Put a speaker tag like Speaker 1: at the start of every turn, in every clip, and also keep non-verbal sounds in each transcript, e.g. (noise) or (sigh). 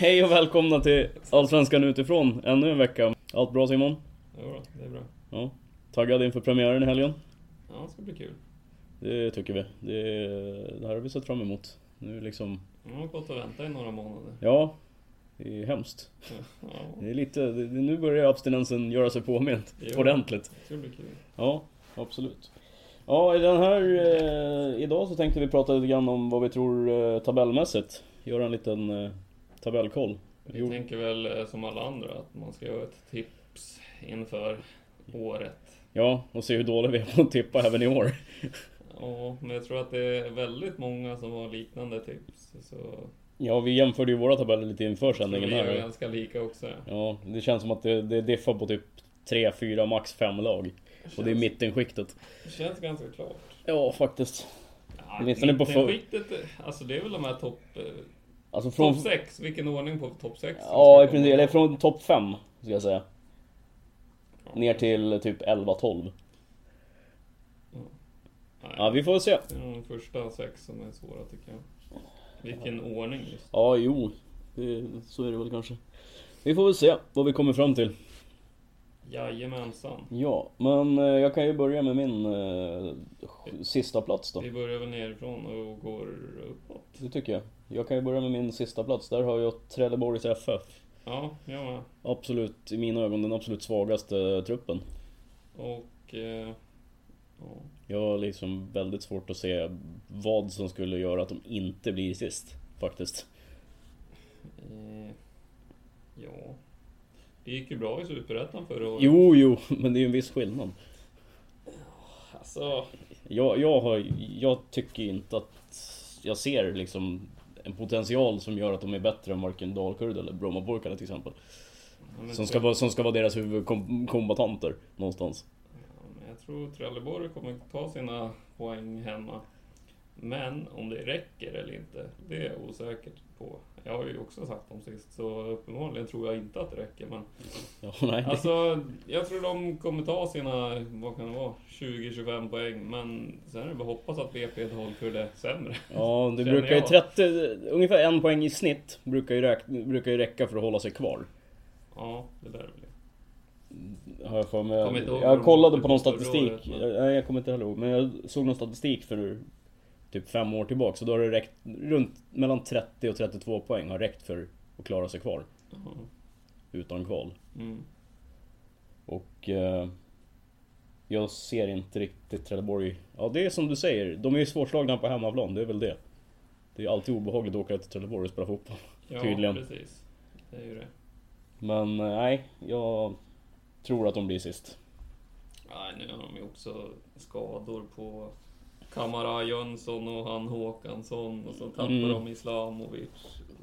Speaker 1: Hej och välkomna till Allsvenskan utifrån ännu en vecka. Allt bra Simon?
Speaker 2: Jodå, det är bra.
Speaker 1: Ja. Taggad inför premiären i helgen?
Speaker 2: Ja, det ska bli kul.
Speaker 1: Det tycker vi. Det, det här har vi sett fram emot. Nu liksom...
Speaker 2: Jag har gått och väntat i några månader.
Speaker 1: Ja. Det är hemskt.
Speaker 2: Ja,
Speaker 1: Det är lite... Det, det- nu börjar abstinensen göra sig påmind.
Speaker 2: Jo.
Speaker 1: Ordentligt.
Speaker 2: det ska bli kul.
Speaker 1: Ja, absolut. Ja, i den här... Eh, idag så tänkte vi prata lite grann om vad vi tror eh, tabellmässigt. Göra en liten eh, tabellkoll.
Speaker 2: Vi
Speaker 1: Jo.
Speaker 2: tänker väl eh, som alla andra att man ska göra ett tips inför året.
Speaker 1: Ja, och se hur dåliga vi är på att tippa även i år.
Speaker 2: Ja, men jag tror att det är väldigt många som har liknande tips. Så
Speaker 1: Ja, vi jämförde ju våra tabeller lite inför
Speaker 2: det
Speaker 1: sändningen
Speaker 2: är
Speaker 1: här.
Speaker 2: ju ganska lika också. ja.
Speaker 1: Ja, det känns som att det, det diffar på typ 3, 4, max 5 lag. Och det är
Speaker 2: Känns-
Speaker 1: mittenskiktet.
Speaker 2: Det känns ganska klart.
Speaker 1: Ja, faktiskt.
Speaker 2: Ja,
Speaker 1: Åtminstone på för-
Speaker 2: mittenskiktet, alltså det är väl de här topp... eh,
Speaker 1: Alltså från...
Speaker 2: Topp 6, vilken ordning på topp 6?
Speaker 1: Ja, i princip. Eller från topp 5, ska jag säga. Ner till typ 11, 12. Ja, vi får se.
Speaker 2: Det är de första sex som är svåra tycker jag. Vilken ordning just.
Speaker 1: Ja, jo. Det, så är det väl kanske. Vi får väl se vad vi kommer fram till.
Speaker 2: Jajamensan.
Speaker 1: Ja, men eh, jag kan ju börja med min eh, sista plats då.
Speaker 2: Vi börjar väl nerifrån och går uppåt.
Speaker 1: Det tycker jag. Jag kan ju börja med min sista plats. Där har jag Trelleborgs FF.
Speaker 2: Ja, jag med.
Speaker 1: Absolut, i mina ögon, den absolut svagaste truppen.
Speaker 2: Och... Eh, ja.
Speaker 1: Jag har liksom väldigt svårt att se vad som skulle göra att de inte blir sist, faktiskt.
Speaker 2: Eh, ja. Det gick ju bra i Superettan förra året.
Speaker 1: Jo, jo, (laughs) men det är ju en viss skillnad.
Speaker 2: Alltså,
Speaker 1: Jag, jag, har, jag tycker inte att jag ser liksom en potential som gör att de är bättre än varken Dalkurd eller Brommapojkarna till exempel.
Speaker 2: ja, men
Speaker 1: Som ska
Speaker 2: Tre-
Speaker 1: vara, som ska vara deras huvudkombatanter någonstans.
Speaker 2: ja, men jag tror Trelleborg kommer ta sina poäng hemma. Men om det räcker eller inte, det är jag osäkert på. Jag har ju också sagt dem sist, så uppenbarligen tror jag inte att det räcker. Men
Speaker 1: Ja, nej, det,
Speaker 2: Alltså, jag tror de kommer ta sina, vad kan det vara, 20-25 poäng. Men sen är det bara att hoppas att BP Dalkurd är sämre.
Speaker 1: ja, det
Speaker 2: känner
Speaker 1: brukar ju
Speaker 2: jag.
Speaker 1: 30, ungefär en poäng i snitt brukar ju, räk, brukar ju räcka för att hålla sig kvar.
Speaker 2: (laughs) Ja, det där blir
Speaker 1: Har jag för mig.
Speaker 2: Kommer inte ihåg
Speaker 1: Jag,
Speaker 2: vad de
Speaker 1: kollade
Speaker 2: åkte
Speaker 1: på någon
Speaker 2: på förra
Speaker 1: statistik.
Speaker 2: året, men-
Speaker 1: Jag, nej, jag kommer inte heller ihåg. Men jag såg någon statistik för typ fem år tillbaka. Så då har det räckt runt mellan 30 och 32 poäng har räckt för att klara sig kvar. Utan kval.
Speaker 2: Mm.
Speaker 1: Och eh, jag ser inte riktigt Trelleborg. Ja, det är som du säger. De är ju svårslagna på hemmaplan. Det är väl det. Det är alltid obehagligt att åka till Trelleborg och spela fotboll.
Speaker 2: Ja,
Speaker 1: Tydligen.
Speaker 2: precis. Det är ju det.
Speaker 1: Men eh, nej, jag tror att de blir sist.
Speaker 2: Nej, nu har de ju också skador på Kamara Jönsson och han Håkansson och så tappar
Speaker 1: Mm.
Speaker 2: de Islamovic.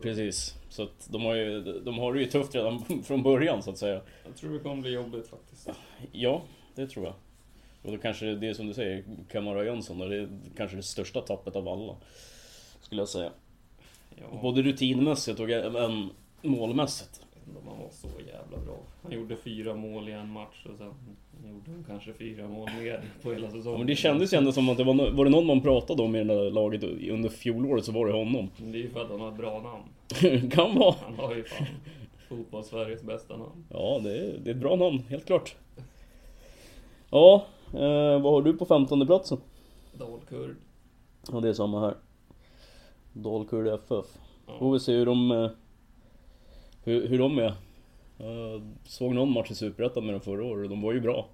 Speaker 1: Precis, så att de har ju, de har det ju tufft redan (laughs) från början så att säga.
Speaker 2: Jag tror det kommer bli jobbigt faktiskt.
Speaker 1: Ja, det tror jag. Och då kanske det är som du säger, Kamara Jönsson, och det är kanske det största tappet av alla. Skulle jag säga.
Speaker 2: Ja,
Speaker 1: Både rutinmässigt och även målmässigt.
Speaker 2: inte om han var så jävla bra. Han gjorde fyra mål i en match och sen gjorde han kanske fyra mål mer på hela säsongen.
Speaker 1: Ja, men det kändes ju ändå som att det var, no- var det någon man pratade om i det där laget under fjolåret så var det honom. (laughs)
Speaker 2: Men Det är ju för att han har ett bra namn.
Speaker 1: kan vara.
Speaker 2: Han har ju (laughs) fan fotbolls-Sveriges bästa namn.
Speaker 1: Ja, det är, det är ett bra namn, helt klart. Ja, eh, vad har du på 15 platsen?
Speaker 2: Dalkurd.
Speaker 1: Ja, det är samma här. Dalkurd FF. Får
Speaker 2: Ja.
Speaker 1: vi se hur de... eh, Hur, hur de är. Jag såg någon match i Superettan med dem förra året och de var ju bra.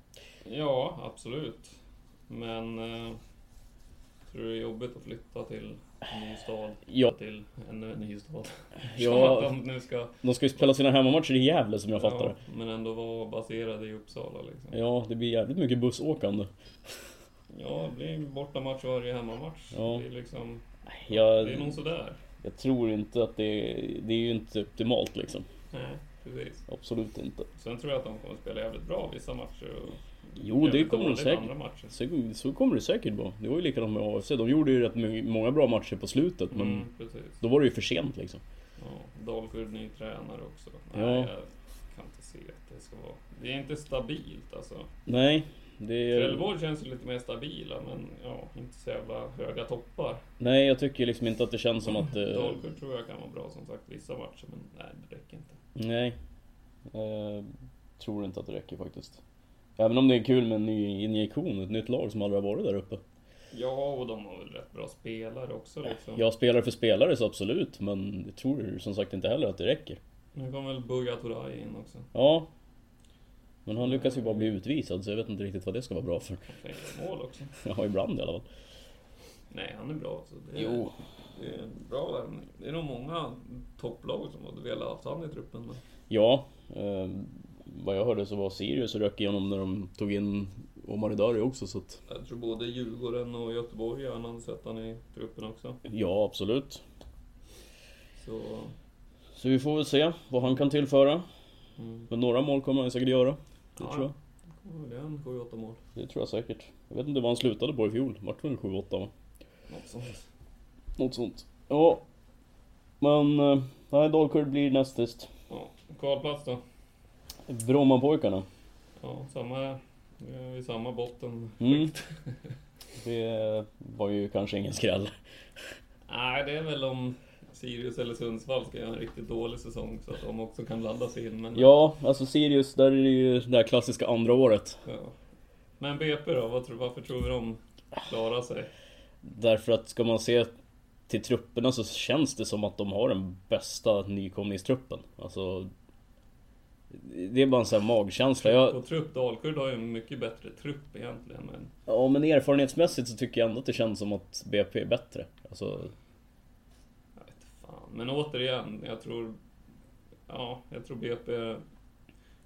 Speaker 2: ja, absolut. Men... Eh, tror du det är jobbigt att flytta till en ny stad?
Speaker 1: Ja.
Speaker 2: Till en ny (laughs) stad?
Speaker 1: Ja.
Speaker 2: Som att de nu ska...
Speaker 1: De ska ju spela sina hemmamatcher i Gävle som jag fattar det.
Speaker 2: Ja, men ändå vara baserade i Uppsala liksom.
Speaker 1: Ja, det blir jävligt mycket bussåkande.
Speaker 2: Ja, det blir bortamatch varje hemmamatch.
Speaker 1: Ja.
Speaker 2: Det blir liksom...
Speaker 1: Jag,
Speaker 2: Det är nog sådär.
Speaker 1: jag tror inte att det är... Det är ju inte optimalt liksom.
Speaker 2: Nej, precis.
Speaker 1: Absolut inte.
Speaker 2: Sen tror jag att de kommer spela jävligt bra vissa matcher och...
Speaker 1: Jo, det
Speaker 2: jävligt
Speaker 1: kommer de
Speaker 2: dåligt
Speaker 1: säkert.
Speaker 2: andra matcher.
Speaker 1: Så, så kommer det säkert vara. Det var ju likadant med AFC. De gjorde ju rätt my- många bra matcher på slutet men
Speaker 2: Mm, precis.
Speaker 1: då var det ju för sent liksom.
Speaker 2: Ja, Dalkurd ny tränare också. Nej,
Speaker 1: Ja.
Speaker 2: jag kan inte se att det ska vara... Det är inte stabilt alltså.
Speaker 1: Nej, det är...
Speaker 2: Trelleborg känns ju lite mer stabila, men ja, inte så jävla höga toppar.
Speaker 1: Nej, jag tycker liksom inte att det känns som att... eh,
Speaker 2: Dalkurd tror jag kan vara bra som sagt vissa matcher, men nej, det räcker inte.
Speaker 1: Nej. Eh, tror inte att det räcker faktiskt. Även om det är kul med en ny injektion, ett nytt lag som aldrig har varit där uppe.
Speaker 2: Ja, och de har väl rätt bra spelare också liksom.
Speaker 1: Jag spelar för spelare så absolut, men jag tror som sagt inte heller att det räcker.
Speaker 2: Nu kom väl Buya Turay in också.
Speaker 1: Ja. Men han lyckas ju bara bli utvisad så jag vet inte riktigt vad det ska vara bra för. (laughs)
Speaker 2: Han kan göra mål också.
Speaker 1: Ja, ibland i alla fall.
Speaker 2: Nej, han är bra alltså. Det är, Det är en bra värvning. Det är nog många topplag som hade velat haft han i truppen. Men...
Speaker 1: Ja. Eh, vad jag hörde så var Sirius och rök igenom när de tog in Omar Idari också så att...
Speaker 2: Jag tror både Djurgården och Göteborg har han sett han i truppen också.
Speaker 1: Ja, absolut.
Speaker 2: Så
Speaker 1: Så vi får väl se vad han kan tillföra.
Speaker 2: Mm.
Speaker 1: Men några mål kommer han säkert göra. Det
Speaker 2: Ja,
Speaker 1: tror jag.
Speaker 2: kommer det en 7-8 mål.
Speaker 1: Det tror jag säkert. Jag vet inte vad han slutade på i fjol. Vart väl 7-8 va?
Speaker 2: Något sånt.
Speaker 1: Något sånt. Ja. Men... eh, Nej, Dalkurd blir näst sist.
Speaker 2: Ja, kvalplats då.
Speaker 1: Brommapojkarna.
Speaker 2: Ja, samma, eh, i samma botten.
Speaker 1: Mm. (laughs) Det var ju kanske ingen skräll.
Speaker 2: Nej, det är väl om Sirius eller Sundsvall ska göra en riktigt dålig säsong så att de också kan blanda sig in. Men,
Speaker 1: Ja, alltså Sirius, där är det ju det här klassiska andra året.
Speaker 2: Ja. men BP då, vad tror, varför tror vi de klarar sig?
Speaker 1: Därför att ska man se till trupperna så känns det som att de har den bästa nykomlingstruppen. Alltså... Det är bara en sån här magkänsla. Jag,
Speaker 2: På trupp, Dalkurd har ju en mycket bättre trupp egentligen. Men
Speaker 1: Ja men erfarenhetsmässigt så tycker jag ändå att det känns som att BP är bättre. Alltså,
Speaker 2: Jag vet fan. Men återigen, jag tror... Ja, jag tror BP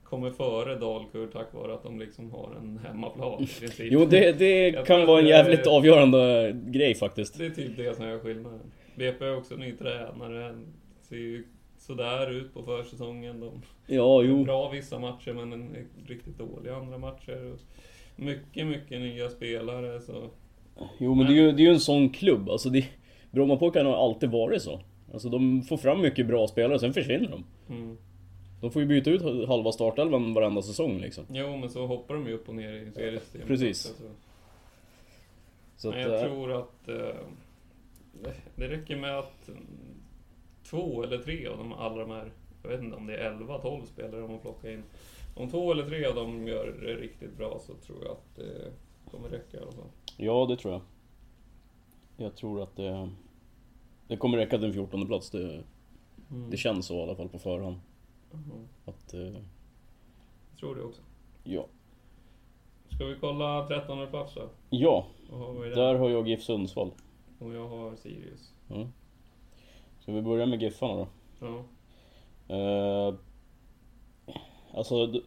Speaker 2: kommer före Dalkurd tack vare att de liksom har en
Speaker 1: (laughs)
Speaker 2: hemmaplan i princip.
Speaker 1: jo det, det
Speaker 2: Jag
Speaker 1: kan
Speaker 2: tror
Speaker 1: vara en
Speaker 2: att det är-
Speaker 1: jävligt avgörande grej faktiskt.
Speaker 2: Det är typ det som gör skillnaden. BP är också ny tränare, ser ju sådär ut på försäsongen. De
Speaker 1: Ja
Speaker 2: är
Speaker 1: jo.
Speaker 2: bra vissa matcher men en är riktigt dålig andra matcher. Och Mycket, mycket nya spelare så...
Speaker 1: Jo men det är ju, det är ju en sån klubb. Alltså det, Brommapojkarna har alltid varit så. Alltså de får fram mycket bra spelare, sen försvinner de.
Speaker 2: Mm.
Speaker 1: De får ju byta ut halva startelvan varenda säsong liksom.
Speaker 2: Jo, men så hoppar de ju upp och ner i seriesystemet.
Speaker 1: Precis.
Speaker 2: också, så-
Speaker 1: Så att,
Speaker 2: Men jag
Speaker 1: eh,
Speaker 2: tror att eh, det- det räcker med att mm, två eller tre av de alla de här, jag vet inte om det är 11-12 spelare de har plockat in. Om två eller tre av dem gör det riktigt bra så tror jag att det kommer räcka i alla fall.
Speaker 1: Ja det tror jag. Jag tror att det... Det kommer räcka till en 14 plats. Det, det känns så i alla fall på förhand.
Speaker 2: Mhm.
Speaker 1: Att, eh,
Speaker 2: Jag tror det också.
Speaker 1: ja.
Speaker 2: Ska vi kolla 13 plats då?
Speaker 1: Ja,
Speaker 2: Vad har vi
Speaker 1: Där
Speaker 2: där?
Speaker 1: har jag GIF Sundsvall.
Speaker 2: Och jag har Sirius.
Speaker 1: Ska vi börja med Giffarna då?
Speaker 2: Ja.
Speaker 1: Eh, alltså, d-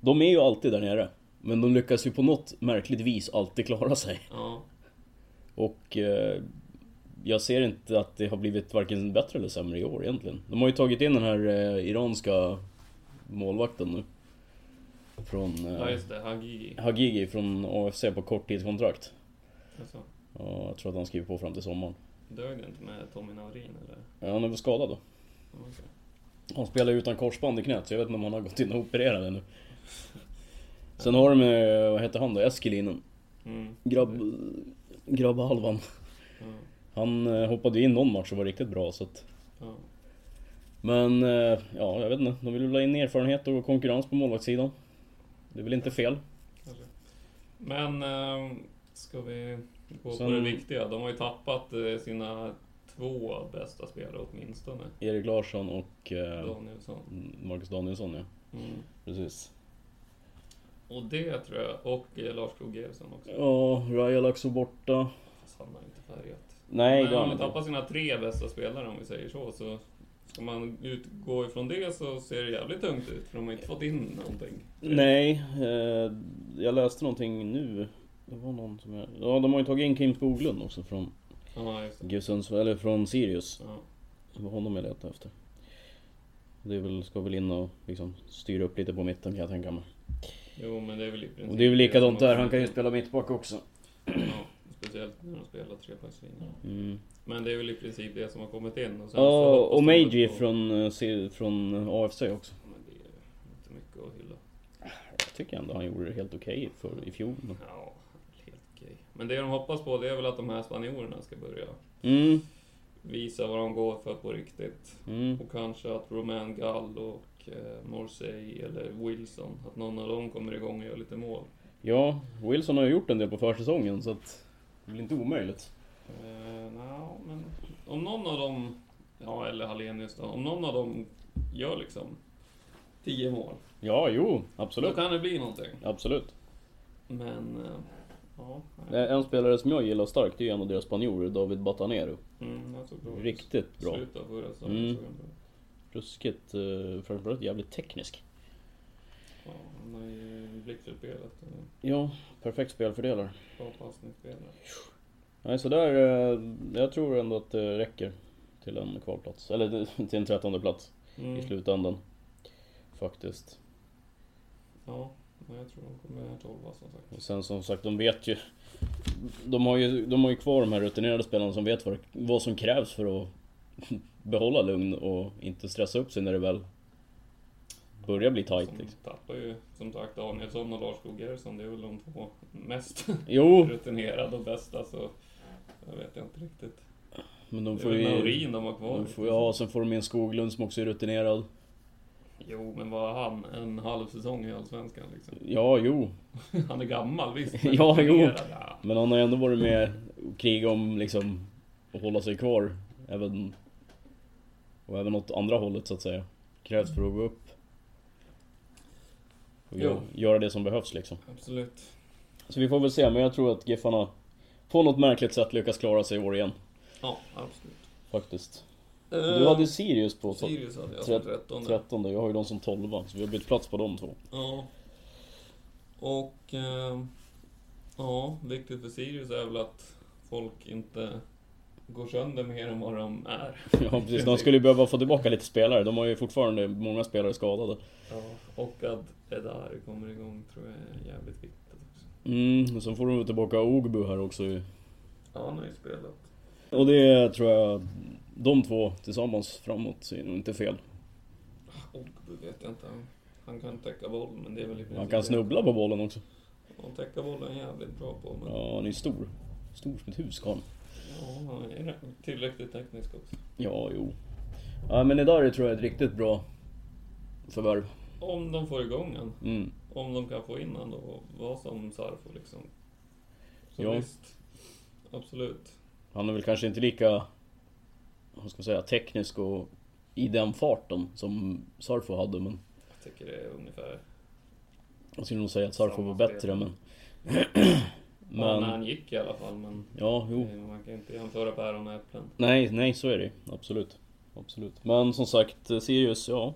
Speaker 1: de är ju alltid där nere. Men de lyckas ju på något märkligt vis alltid klara sig.
Speaker 2: ja.
Speaker 1: Och eh, jag ser inte att det har blivit varken bättre eller sämre i år egentligen. De har ju tagit in den här eh, iranska målvakten nu. Från
Speaker 2: ja,
Speaker 1: eh,
Speaker 2: just det. Hagigi.
Speaker 1: Hagigi från AFC på korttidskontrakt.
Speaker 2: Alltså,
Speaker 1: Ja, jag tror att han skriver på fram till sommaren.
Speaker 2: dög det inte med Tommy Naurin eller?
Speaker 1: Ja, han är väl skadad då.
Speaker 2: Ja, okej.
Speaker 1: Han spelar ju utan korsband i knät, så jag vet inte om han har gått in och opererat ännu. Sen har de, eh, vad heter han då, Eskelinen?
Speaker 2: Mm.
Speaker 1: Grabb... Grabbhalvan.
Speaker 2: Ja.
Speaker 1: Han eh, hoppade in någon match och var riktigt bra så att...
Speaker 2: Ja.
Speaker 1: Men eh, ja, jag vet inte. De vill väl ha in erfarenhet och konkurrens på målvaktssidan. Det är väl inte fel.
Speaker 2: Eller? Men eh, ska vi gå
Speaker 1: Sen-
Speaker 2: på det viktiga? De har ju tappat eh, sina två bästa spelare åtminstone.
Speaker 1: Erik Larsson och eh,
Speaker 2: Danielsson.
Speaker 1: Marcus Danielsson ja.
Speaker 2: Mm.
Speaker 1: Precis.
Speaker 2: Och det tror jag. Och eh, Lars Krogeusson också.
Speaker 1: Ja, Rajalax och borta.
Speaker 2: Fast han har inte färgat.
Speaker 1: Nej,
Speaker 2: Men
Speaker 1: det har han
Speaker 2: om man
Speaker 1: inte.
Speaker 2: tappar sina tre bästa spelare om vi säger så. så Ska man utgå ifrån det så ser det jävligt tungt ut för de har inte fått in någonting.
Speaker 1: Nej, eh, jag läste någonting nu. Det var någon som jag... Ja, de har ju tagit in Kim Skoglund också från
Speaker 2: Ja, just det.
Speaker 1: Gusunds, eller från Sirius.
Speaker 2: Ja.
Speaker 1: Det var honom jag letade efter. Det är väl, ska väl in och liksom styra upp lite på mitten kan jag tänka mig.
Speaker 2: Jo, men det är väl i princip
Speaker 1: Och det är väl likadant
Speaker 2: som
Speaker 1: där,
Speaker 2: har-
Speaker 1: han kan ju spela mittback också.
Speaker 2: Ja, speciellt när de spelar trebackslinjen.
Speaker 1: Mm.
Speaker 2: Men det är väl i princip det som har kommit in. Och sen så
Speaker 1: Ja,
Speaker 2: hoppas
Speaker 1: och
Speaker 2: man
Speaker 1: Meiji
Speaker 2: väl på-
Speaker 1: från, eh, C- från eh, AFC också.
Speaker 2: Men det är ju inte mycket att hylla.
Speaker 1: Jag tycker ändå han gjorde det helt okej för i fjol. men-
Speaker 2: Ja, helt okej. Men det de hoppas på det är väl att de här spanjorerna ska börja
Speaker 1: Mm,
Speaker 2: visa vad de går för på riktigt.
Speaker 1: mm.
Speaker 2: Och kanske att Romain Gall och eh, Morsey eller Wilson, att någon av dem kommer igång och gör lite mål.
Speaker 1: Ja, Wilson har ju gjort en del på försäsongen så att det blir inte omöjligt.
Speaker 2: Eh, nja, men om någon av dem, ja eller Hallenius då, om någon av dem gör liksom 10 mål,
Speaker 1: Ja, jo,
Speaker 2: då
Speaker 1: absolut.
Speaker 2: kan det bli någonting.
Speaker 1: Absolut.
Speaker 2: Men, eh, ja. nej.
Speaker 1: Eh, En spelare som jag gillar starkt det är ju en av deras spanjorer, David Batanero.
Speaker 2: Mm, jag såg bra.
Speaker 1: Riktigt bra.
Speaker 2: Slutet av förra
Speaker 1: Mm.
Speaker 2: säsongen såg han bra.
Speaker 1: Ruskigt, eh, framförallt jävligt teknisk.
Speaker 2: Ja, han har ju blixtspelet och
Speaker 1: Ja, perfekt spelfördelare.
Speaker 2: bra passningsspelare.
Speaker 1: Nej, så där, eh, jag tror ändå att det räcker till en kvalplats. Eller (laughs) till en trettonde plats i
Speaker 2: Mm.
Speaker 1: slutändan. Faktiskt.
Speaker 2: Ja, men jag tror de kommer tolva som sagt.
Speaker 1: Och sen som sagt, de vet ju... De har ju, de har ju kvar de här rutinerade spelarna som vet vad, vad som krävs för att (laughs) behålla lugn och inte stressa upp sig när det väl börjar bli tight.
Speaker 2: Som
Speaker 1: Liksom.
Speaker 2: tappar ju som sagt Danielsson och Lars Skogersson, det är väl de två
Speaker 1: (laughs)
Speaker 2: mest
Speaker 1: Jo,
Speaker 2: rutinerade och bästa så jag vet inte riktigt.
Speaker 1: men de
Speaker 2: Det är
Speaker 1: får
Speaker 2: väl
Speaker 1: ju...
Speaker 2: Naurin de har kvar. liksom.
Speaker 1: De får, ja, sen får de in Skoglund som också är rutinerad.
Speaker 2: Jo, men var han en halv säsong i Allsvenskan
Speaker 1: (laughs)
Speaker 2: liksom?
Speaker 1: Ja, jo.
Speaker 2: Han är gammal visst,
Speaker 1: Ja, jo.
Speaker 2: rutinerad, ja.
Speaker 1: Men han har ju ändå varit med och krigat om liksom att hålla sig kvar. Även, och även åt andra hållet så att säga. Krävs för att gå upp. Och
Speaker 2: Jo.
Speaker 1: gö- göra det som behövs liksom.
Speaker 2: Absolut.
Speaker 1: Så vi får väl se, men jag tror att Giffarna på något märkligt sätt lyckas klara sig i år igen.
Speaker 2: Ja, absolut.
Speaker 1: Faktiskt. Du hade
Speaker 2: Eh,
Speaker 1: Sirius på to-
Speaker 2: Sirius hade jag som
Speaker 1: Tret-
Speaker 2: 13.
Speaker 1: 13, jag har ju dem som 12 så vi har bytt plats på de
Speaker 2: (laughs)
Speaker 1: två.
Speaker 2: Ja. Och... Eh, ja, viktigt för Sirius är väl att folk inte går sönder mer än vad de är.
Speaker 1: Ja precis, de skulle ju behöva få tillbaka lite spelare. De har ju fortfarande många spelare skadade.
Speaker 2: Ja. Och att Edari kommer igång tror jag är jävligt viktigt också.
Speaker 1: Mm, och sen får de väl tillbaka Ogbu här också ju.
Speaker 2: Ja, han har ju spelat.
Speaker 1: Och det tror jag, de två tillsammans framåt är nog inte fel.
Speaker 2: Ogbu vet jag inte. Han- Han kan täcka boll, men det är väl i princip...
Speaker 1: Han kan snubbla på bollen också.
Speaker 2: Han täcka bollen jävligt bra på, men... Ja,
Speaker 1: Ja, han är stor. Stor som ett hus karln.
Speaker 2: han är rätt- tillräckligt teknisk också.
Speaker 1: Ja, jo. Ja, men Edari tror jag är ett riktigt bra förvärv.
Speaker 2: Om de får igång han.
Speaker 1: Mm.
Speaker 2: Om de kan få in han då, vad som Sarfo liksom. Så
Speaker 1: Ja.
Speaker 2: visst. Absolut.
Speaker 1: Han är väl kanske inte lika, vad ska man säga, teknisk och i den farten som Sarfo hade, men
Speaker 2: Jag tycker det är ungefär...
Speaker 1: jag skulle nog säga att Sarfo var
Speaker 2: Samma
Speaker 1: bättre,
Speaker 2: spel.
Speaker 1: men... (clears throat)
Speaker 2: Ja, när
Speaker 1: men...
Speaker 2: han gick i alla fall, men
Speaker 1: Ja, jo.
Speaker 2: eh, man kan inte jämföra päron och äpplen.
Speaker 1: Nej, nej så är det ju. Absolut. Absolut. Men som sagt, eh, Sirius, ja.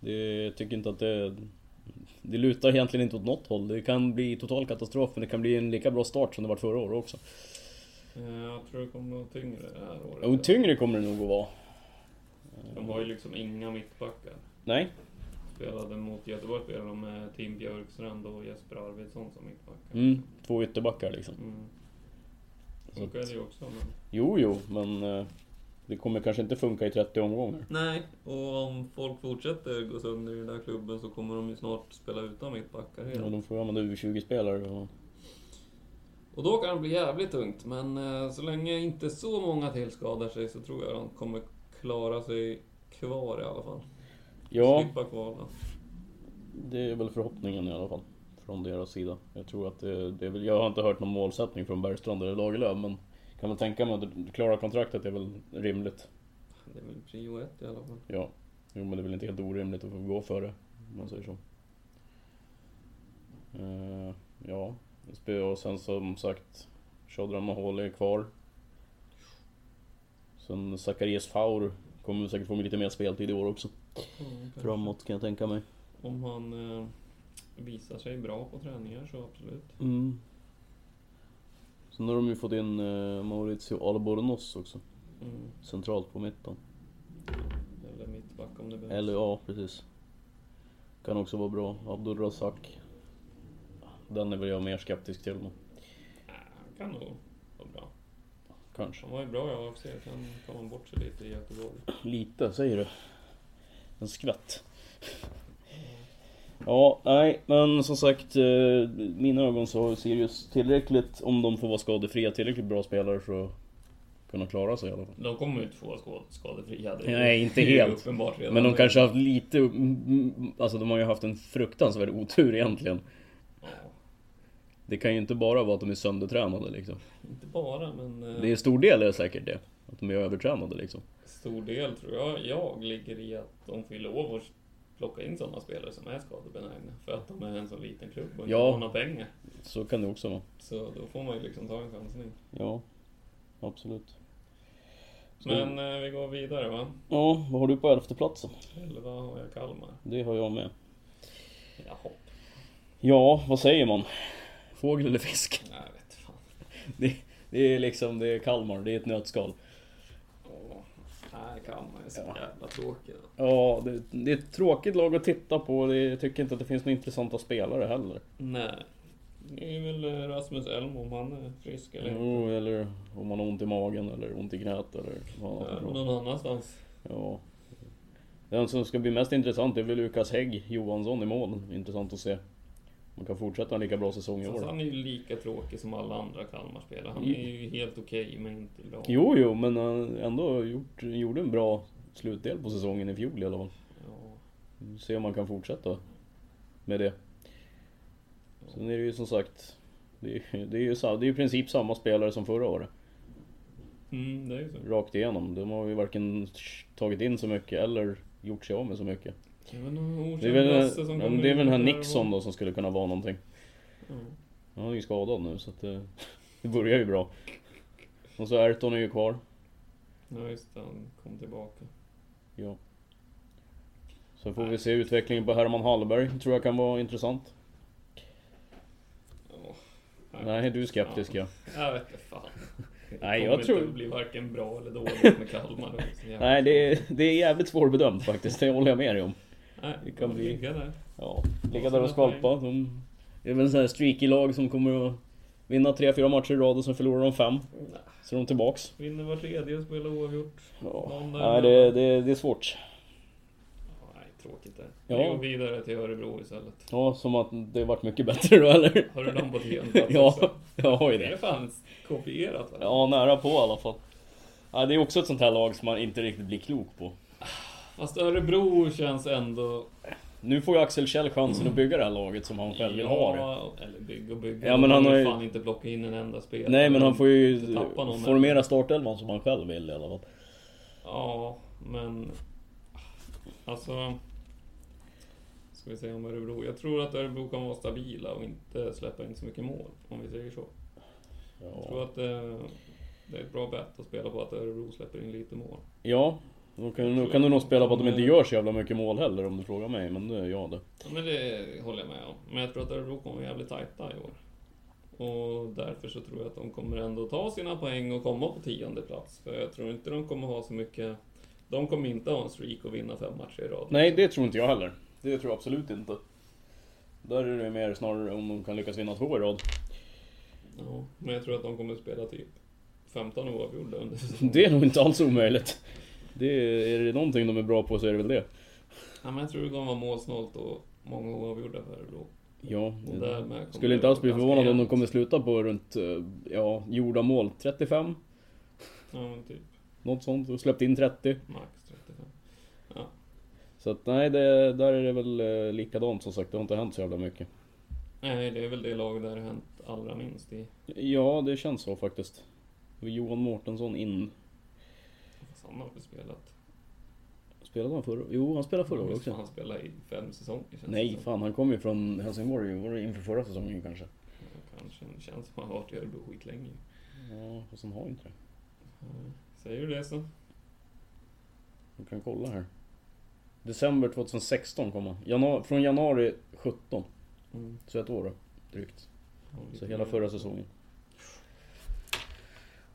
Speaker 1: Det, jag tycker inte att det... Det lutar egentligen inte åt något håll. Det kan bli total katastrof, men det kan bli en lika bra start som det var förra året också.
Speaker 2: Eh, Jag tror det kommer att vara tyngre det här året.
Speaker 1: Jo, tyngre kommer det nog att vara.
Speaker 2: De har ju liksom inga mittbackar.
Speaker 1: Nej,
Speaker 2: Spelade mot Göteborg spelade de med Tim Björkstrand och Jesper Arvidsson som mittbackar.
Speaker 1: mm, två ytterbackar liksom.
Speaker 2: Mm.
Speaker 1: Så
Speaker 2: Funkar
Speaker 1: att,
Speaker 2: det ju också, men...
Speaker 1: jo, jo, men... eh, Det kommer kanske inte funka i 30 omgångar.
Speaker 2: Nej, och om folk fortsätter gå sönder i den där klubben så kommer de ju snart spela utan mittbackar helt.
Speaker 1: Och de får använda U20-spelare och...
Speaker 2: Och då kan det bli jävligt tungt, men eh, så länge inte så många till skadar sig så tror jag de kommer klara sig kvar i alla fall.
Speaker 1: Ja,
Speaker 2: Slippa kvala.
Speaker 1: det är väl förhoppningen i alla fall. Från deras sida. Jag tror att det, det är väl, Jag har inte hört någon målsättning från Bergstrand eller Lagerlöf men... Kan man tänka mig att klara kontraktet är väl rimligt.
Speaker 2: Det är väl prio ett i alla fall.
Speaker 1: Ja. Jo men det är väl inte helt orimligt att få gå för det. Om man säger så. Eh, ja. SBA och sen som sagt. Shodran Maholi är kvar. Sen Zacharias Faur kommer säkert få lite mer speltid i år också.
Speaker 2: kanske.
Speaker 1: Framåt kan jag tänka mig.
Speaker 2: Om han eh, visar sig bra på träningar så absolut.
Speaker 1: Mm. Sen har de ju fått in eh, Mauricio Albornoz också.
Speaker 2: Mm.
Speaker 1: Centralt på mitten.
Speaker 2: Eller mittback om det behövs.
Speaker 1: Eller ja, precis. Kan också vara bra. Abdulrazak. Den är väl jag mer skeptisk till. men
Speaker 2: Nej, han kan nog vara bra.
Speaker 1: Kanske.
Speaker 2: Han var ju bra i AFC, sen kom han bort sig lite i Göteborg.
Speaker 1: Lite, säger du. En skvätt. Ja, nej, men som sagt. eh, i Mina ögon så har Sirius tillräckligt, om de får vara skadefria, tillräckligt bra spelare för att kunna klara sig i alla fall.
Speaker 2: De kommer ju inte få skå- skadefria. det är-
Speaker 1: Nej, inte
Speaker 2: det är ju
Speaker 1: helt.
Speaker 2: Uppenbart redan.
Speaker 1: Men de kanske har haft lite... mm, Alltså de har ju haft en fruktansvärd otur egentligen.
Speaker 2: Ja,
Speaker 1: Det kan ju inte bara vara att de är söndertränade liksom.
Speaker 2: inte bara, men... eh,
Speaker 1: Det är en stor del är det säkert det. Att de är övertränade liksom.
Speaker 2: stor del tror jag, jag ligger i att de får ju lov att plocka in sådana spelare som är skadebenägna. För att de är en så liten klubb och inte
Speaker 1: Ja.
Speaker 2: har några pengar.
Speaker 1: Så kan det också vara.
Speaker 2: Så då får man ju liksom ta en chansning.
Speaker 1: Ja, absolut. Så,
Speaker 2: Men eh, vi går vidare va?
Speaker 1: Ja, vad har du på elfte platsen?
Speaker 2: Elva har jag Kalmar.
Speaker 1: Det har jag med.
Speaker 2: Jaha.
Speaker 1: Ja, vad säger man? Fågel eller fisk? (laughs)
Speaker 2: Nej, jag vet fan.
Speaker 1: Det, det är liksom, det är Kalmar, det är ett nötskal.
Speaker 2: Åh. Nej, Kalmar är så jävla tråkiga.
Speaker 1: Ja, det, det är ett tråkigt lag att titta på. Det, jag tycker inte att det finns några intressanta spelare heller.
Speaker 2: Nej. Det är väl eh, Rasmus Elm om han är frisk eller inte.
Speaker 1: Jo, eller om man har ont i magen eller ont i knät eller vad annat
Speaker 2: Eh,
Speaker 1: bra.
Speaker 2: Någon annanstans.
Speaker 1: Ja. Den som ska bli mest intressant är väl Lukas Hägg Johansson i mål. Intressant att se. Man kan fortsätta en lika bra säsong i
Speaker 2: Fast
Speaker 1: år.
Speaker 2: han är ju lika tråkig som alla andra Kalmarspelare. Han är ju helt okej, men inte bra.
Speaker 1: Jo, jo, men han ändå gjort, gjorde en bra slutdel på säsongen i fjol i alla fall.
Speaker 2: Ja.
Speaker 1: Vi får Se om man kan fortsätta med det. Sen är det ju som sagt, det är, det är ju sa- det är ju i princip samma spelare som förra året.
Speaker 2: Mm, det är ju så.
Speaker 1: Rakt igenom. De har ju varken tagit in så mycket eller gjort sig av med så mycket.
Speaker 2: Det är väl någon
Speaker 1: Det är väl,
Speaker 2: okänd som
Speaker 1: ja, men
Speaker 2: kommer
Speaker 1: det är väl den här
Speaker 2: in där
Speaker 1: Nixon då som skulle kunna vara någonting.
Speaker 2: Ja.
Speaker 1: Han är ju skadad nu så att det, (laughs) det börjar ju bra. Och så Ayrton är ju kvar.
Speaker 2: Ja just det, han kom tillbaka.
Speaker 1: Ja. Sen får vi se utvecklingen på Herman Hallberg. Tror jag kan vara intressant.
Speaker 2: Ja.
Speaker 1: Nej, du är skeptisk ja.
Speaker 2: Jag vet inte fan.
Speaker 1: Nej,
Speaker 2: kommer
Speaker 1: jag tror...
Speaker 2: inte bli varken bra eller dåligt med Kalmar. Det är så jävla-
Speaker 1: Nej, det är, det är jävligt svårbedömt faktiskt. Det håller jag med dig om.
Speaker 2: Nej,
Speaker 1: det
Speaker 2: det
Speaker 1: kan
Speaker 2: kan
Speaker 1: bli-
Speaker 2: ligga där.
Speaker 1: Ja, ligga där och skvalpa. De, det är väl en sån här streaky lag som kommer att vinna 3-4 matcher i rad och sen förlorar de fem. Så är de tillbaks.
Speaker 2: Vinner var tredje och spelar oavgjort.
Speaker 1: Ja.
Speaker 2: Någon där
Speaker 1: Nej, det,
Speaker 2: emellan.
Speaker 1: det, det är svårt.
Speaker 2: Ja, Nej, tråkigt det.
Speaker 1: Ja.
Speaker 2: Vi går vidare till Örebro istället.
Speaker 1: Ja, som att det varit mycket bättre då eller?
Speaker 2: Har du dem
Speaker 1: (laughs)
Speaker 2: på tionde plats
Speaker 1: Ja,
Speaker 2: också?
Speaker 1: jag har ju
Speaker 2: Det
Speaker 1: det.
Speaker 2: är fan kopierat va?
Speaker 1: Ja, nära på i alla fall. Ja, det är också ett sånt här lag som man inte riktigt blir klok på.
Speaker 2: Fast Örebro känns ändå...
Speaker 1: Nu får ju Axel Kjell chansen att bygga det här laget som han själv vill ha det.
Speaker 2: eller bygga och bygga.
Speaker 1: Ja, men han har
Speaker 2: har
Speaker 1: ju-
Speaker 2: ju fan inte plockat in en enda spelare.
Speaker 1: Nej, men han får ju
Speaker 2: Tappa någon.
Speaker 1: formera startelvan som han själv vill i alla fall.
Speaker 2: Ja, men... Alltså... Ska vi säga om Örebro? Jag tror att Örebro kan vara stabila och inte släppa in så mycket mål, om vi säger så. Jag tror
Speaker 1: Ja,
Speaker 2: att eh, det är ett bra bett att spela på att Örebro släpper in lite mål.
Speaker 1: ja då, kan, då kan du nog spela på att de inte gör så jävla mycket mål heller om du frågar mig, men det är jag det.
Speaker 2: Ja, men det håller jag med om. Men jag tror att Örebro kommer jävligt tajta i år. Och därför så tror jag att de kommer ändå ta sina poäng och komma på tionde plats. För jag tror inte de kommer ha så mycket... De kommer inte ha en streak och vinna fem matcher i rad.
Speaker 1: Nej, det tror inte jag heller. Det tror jag absolut inte. Där är det mer snarare om de kan lyckas vinna två i rad.
Speaker 2: Ja, men jag tror att de kommer spela typ 15 oavgjorda under säsongen.
Speaker 1: Det är nog inte alls omöjligt. Det är, är det någonting de är bra på så är det väl det.
Speaker 2: Ja, men jag tror det kommer vara målsnålt och många oavgjorda för Örebro.
Speaker 1: Ja,
Speaker 2: Och
Speaker 1: det-
Speaker 2: därmed kommer
Speaker 1: skulle
Speaker 2: det
Speaker 1: inte alls bli
Speaker 2: vara ganska
Speaker 1: förvånad om de
Speaker 2: jämnt.
Speaker 1: kommer sluta på runt, eh, ja, gjorda mål 35.
Speaker 2: Ja, men typ
Speaker 1: Något sånt, och släppt in 30.
Speaker 2: max 35.
Speaker 1: Så att nej, det, där är det väl eh, likadant som sagt. Det har inte hänt så jävla mycket.
Speaker 2: Nej, det är väl det lag där det hänt allra minst i.
Speaker 1: Ja, det känns så faktiskt. Johan Mårtensson in.
Speaker 2: Fast han har väl spelat.
Speaker 1: Spelade han förra Jo, han spelade förra året
Speaker 2: Just
Speaker 1: också.
Speaker 2: Han spelade i fem säsonger känns
Speaker 1: Nej,
Speaker 2: det som.
Speaker 1: fan han kom ju från Helsingborg. Var det inför förra säsongen kanske?
Speaker 2: Kanske, det känns som han har varit i Örebro skitlänge.
Speaker 1: Ja, fast han har ju inte det.
Speaker 2: Säger du det så?
Speaker 1: Vi kan kolla här. December 2016 kom han. Janu- från januari 17.
Speaker 2: Mm.
Speaker 1: Så ett år då, drygt. Så hela förra säsongen.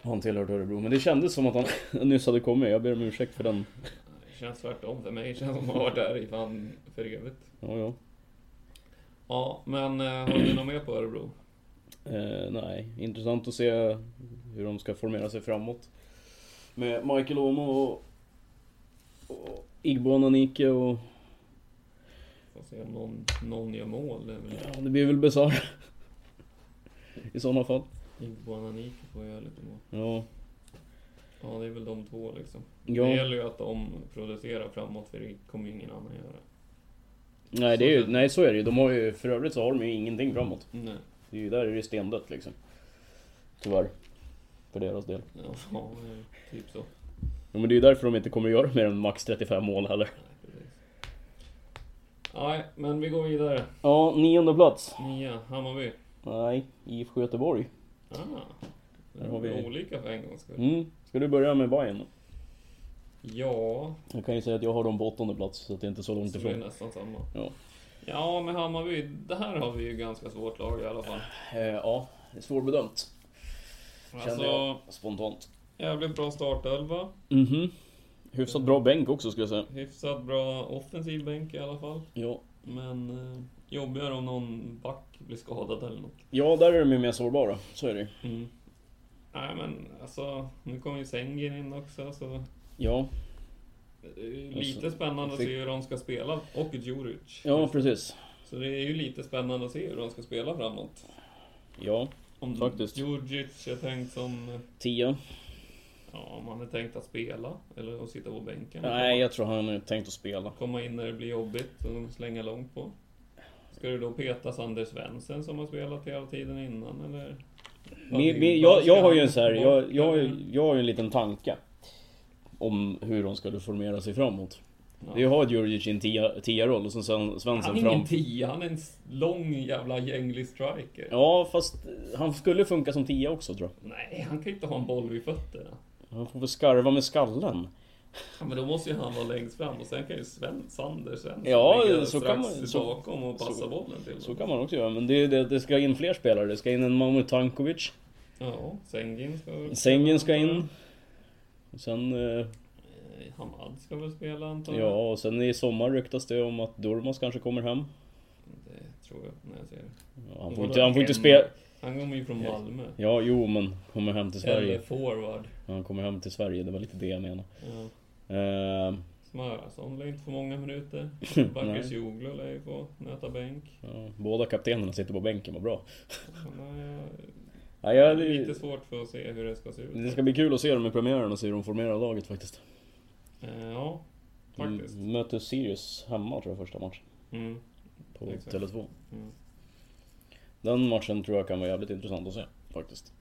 Speaker 1: Har Han tillhört Örebro, men det kändes som att han (laughs) nyss hade kommit. Jag ber om ursäkt för den.
Speaker 2: Det känns tvärtom för mig. Det känns som att han har varit där i fan för evigt.
Speaker 1: Ja, ja.
Speaker 2: Ja, men eh, har du något mer på Örebro?
Speaker 1: Eh, nej, intressant att se hur de ska formera sig framåt. Med Michael Omo och, och Igbo Ananike och...
Speaker 2: Får se om någon, någon gör mål. Det är väl
Speaker 1: Ja, det blir väl Besar. (laughs) I sådana fall.
Speaker 2: Igbo Ananike får göra lite mål.
Speaker 1: Ja.
Speaker 2: Ja, det är väl de två liksom. Det
Speaker 1: ja.
Speaker 2: gäller ju att de producerar framåt för det kommer ju ingen annan göra.
Speaker 1: Nej, det är ju, nej, så är det ju. De har ju, för övrigt så har de ju ingenting framåt.
Speaker 2: Nej.
Speaker 1: Det är ju där är det stendött liksom. Tyvärr. För deras del.
Speaker 2: Ja, ja, det är typ så.
Speaker 1: Ja, men det är ju därför de inte kommer göra mer än max 35 mål heller.
Speaker 2: Nej, precis. Nej, men vi går vidare.
Speaker 1: Ja, nionde plats.
Speaker 2: Nia, Hammarby.
Speaker 1: Nej, IFK Göteborg.
Speaker 2: Ah,
Speaker 1: Där har vi-
Speaker 2: Olika för en gångs skull.
Speaker 1: Mm. Ska du börja med Bayern? då?
Speaker 2: Ja,
Speaker 1: Jag kan ju säga att jag har dem på åttonde plats, så att det är inte så långt
Speaker 2: så det är
Speaker 1: ifrån.
Speaker 2: nästan samma.
Speaker 1: Ja.
Speaker 2: Ja, men Hammarby, det här har vi ju ganska svårt lag i alla fall.
Speaker 1: Eh, ja, det är svårbedömt. Kände
Speaker 2: Alltså,
Speaker 1: jag spontant.
Speaker 2: jävligt bra startelva.
Speaker 1: Mhm. Hyfsat bra bänk också skulle jag säga.
Speaker 2: Hyfsat bra offensiv bänk i alla fall.
Speaker 1: Ja.
Speaker 2: Men eh, jobbigare om någon back blir skadad eller något.
Speaker 1: ja, där är de ju mer sårbara. Så är det ju.
Speaker 2: Mm. Nej men alltså, nu kommer ju Sängen in också så...
Speaker 1: Ja,
Speaker 2: Det är ju lite spännande att
Speaker 1: Alltså, fick-
Speaker 2: se hur de ska spela, och Djuric.
Speaker 1: ja precis.
Speaker 2: Så det är ju lite spännande att se hur de ska spela framåt.
Speaker 1: Ja,
Speaker 2: Om
Speaker 1: Faktiskt.
Speaker 2: Djuric är tänkt som...
Speaker 1: tio.
Speaker 2: Ja, om han är tänkt att spela, eller att sitta på bänken.
Speaker 1: Nej, jag tror han är tänkt att spela.
Speaker 2: Komma in när det blir jobbigt och slänga långt på. Ska du då peta Sander Svensson som har spelat hela tiden innan, eller?
Speaker 1: Men, men, jag, jag har ju en så här, jag, jag, har ju- jag har ju en liten tanke. Om hur de skulle formera sig framåt.
Speaker 2: Ja.
Speaker 1: Det har Djurdjic i en tia- tia-roll och sen sen
Speaker 2: Han
Speaker 1: Svensson
Speaker 2: är
Speaker 1: fram.
Speaker 2: ingen tia, han är en s- lång jävla gänglig striker.
Speaker 1: Ja, fast han skulle funka som tia också tror jag.
Speaker 2: Nej, han kan ju inte ha en boll vid fötterna.
Speaker 1: Han får väl skarva med skallen.
Speaker 2: Ja, men då måste ju han vara längst fram och sen kan ju Sven, Sander Svensson
Speaker 1: Ja,
Speaker 2: ligga
Speaker 1: så
Speaker 2: strax
Speaker 1: kan man- så-
Speaker 2: bakom och passa bollen till
Speaker 1: Så
Speaker 2: honom.
Speaker 1: kan man också göra, men det, är- det, det ska in fler spelare. Det ska in en Mahmoud Tankovic.
Speaker 2: Ja, Sengin ska väl
Speaker 1: Sängen ska
Speaker 2: spela,
Speaker 1: in. Och sen, eh,
Speaker 2: antar jag. Hamad ska väl spela antar jag.
Speaker 1: ja, och sen i sommar ryktas det om att Durmas kanske kommer hem.
Speaker 2: Det tror jag när jag ser det.
Speaker 1: Ja, Han får inte, han får inte spela...
Speaker 2: Han kommer ju från Malmö.
Speaker 1: Ja, jo, men kommer hem till
Speaker 2: Eller
Speaker 1: Sverige.
Speaker 2: forward.
Speaker 1: Han kommer hem till Sverige, det var lite det jag menade.
Speaker 2: Ja.
Speaker 1: Eh,
Speaker 2: Smörason lär inte få
Speaker 1: (laughs)
Speaker 2: många minuter. Bakircioglu lär ju få nöta bänk.
Speaker 1: ja, båda kaptenerna sitter på bänken, vad bra.
Speaker 2: Han är
Speaker 1: Ja, jag,
Speaker 2: lite svårt för att se hur det ska se ut.
Speaker 1: det ska bli kul att se dem i premiären och se hur de formerar laget faktiskt.
Speaker 2: Eh, Ja,
Speaker 1: Mm,
Speaker 2: faktiskt.
Speaker 1: Möter Sirius hemma tror jag första matchen
Speaker 2: Mm.
Speaker 1: på
Speaker 2: Exakt.
Speaker 1: Tele2.
Speaker 2: Mm.
Speaker 1: Den matchen tror jag kan vara jävligt intressant att se faktiskt.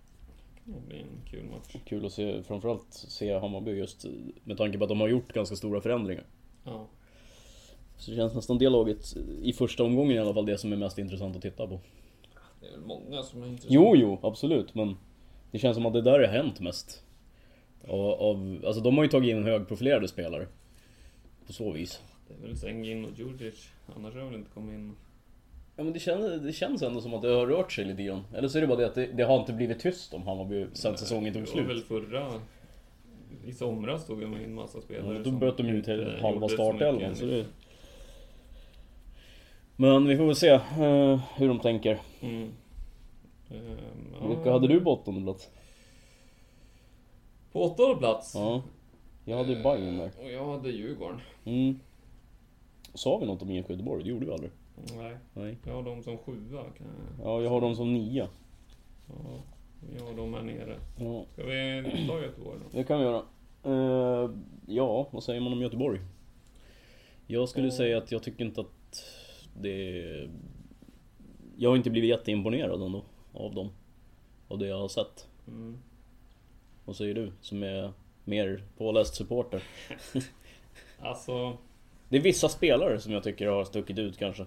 Speaker 2: Det blir en kul match.
Speaker 1: Kul att se, framförallt se Hammarby just med tanke på att de har gjort ganska stora förändringar.
Speaker 2: Ja.
Speaker 1: Så det känns nästan det laget, i första omgången i alla fall, det som är mest intressant att titta på.
Speaker 2: Det är väl många som är intresserade.
Speaker 1: Jo, jo, absolut, men det känns som att det där har hänt mest. Av, av, alltså de har ju tagit in högprofilerade spelare. På så vis.
Speaker 2: Det är väl Zengin och Djurdjic. Annars har jag väl inte kommit in.
Speaker 1: Ja men det känns, det känns ändå som att det har rört sig lite grann. Eller så är det bara det att det, det har inte blivit tyst om Hammarby sen säsongen tog
Speaker 2: Det var Eh, väl
Speaker 1: slut.
Speaker 2: förra... I somras tog de in massa
Speaker 1: Ja,
Speaker 2: spelare
Speaker 1: Då
Speaker 2: som
Speaker 1: bröt de ju
Speaker 2: inte
Speaker 1: till halva
Speaker 2: gjorde så
Speaker 1: startelvan.
Speaker 2: mycket.
Speaker 1: Så det... Men vi får väl se eh, hur de tänker.
Speaker 2: Mm. Ehm, ja.
Speaker 1: Vilka hade du på åttonde plats?
Speaker 2: På åttonde plats.
Speaker 1: Ja. Jag hade ju Bayern där.
Speaker 2: Och jag hade Djurgården.
Speaker 1: Mm. Sa vi något om IFK Göteborg? Det gjorde vi aldrig.
Speaker 2: Nej,
Speaker 1: Nej.
Speaker 2: jag har dem som sjua. Kan jag.
Speaker 1: Ja, jag har dem som nia.
Speaker 2: Ja, jag har dem här nere.
Speaker 1: Ja,
Speaker 2: Ska vi ta Göteborg då?
Speaker 1: det kan vi göra. Eh, ja, vad säger man om Göteborg? Jag skulle
Speaker 2: Eh.
Speaker 1: säga att jag tycker inte att det... Jag har inte blivit jätteimponerad ändå, av dem. Av det jag har sett.
Speaker 2: Mm.
Speaker 1: Vad säger du, som är mer påläst supporter?
Speaker 2: Alltså,
Speaker 1: Det är vissa spelare som jag tycker har stuckit ut kanske.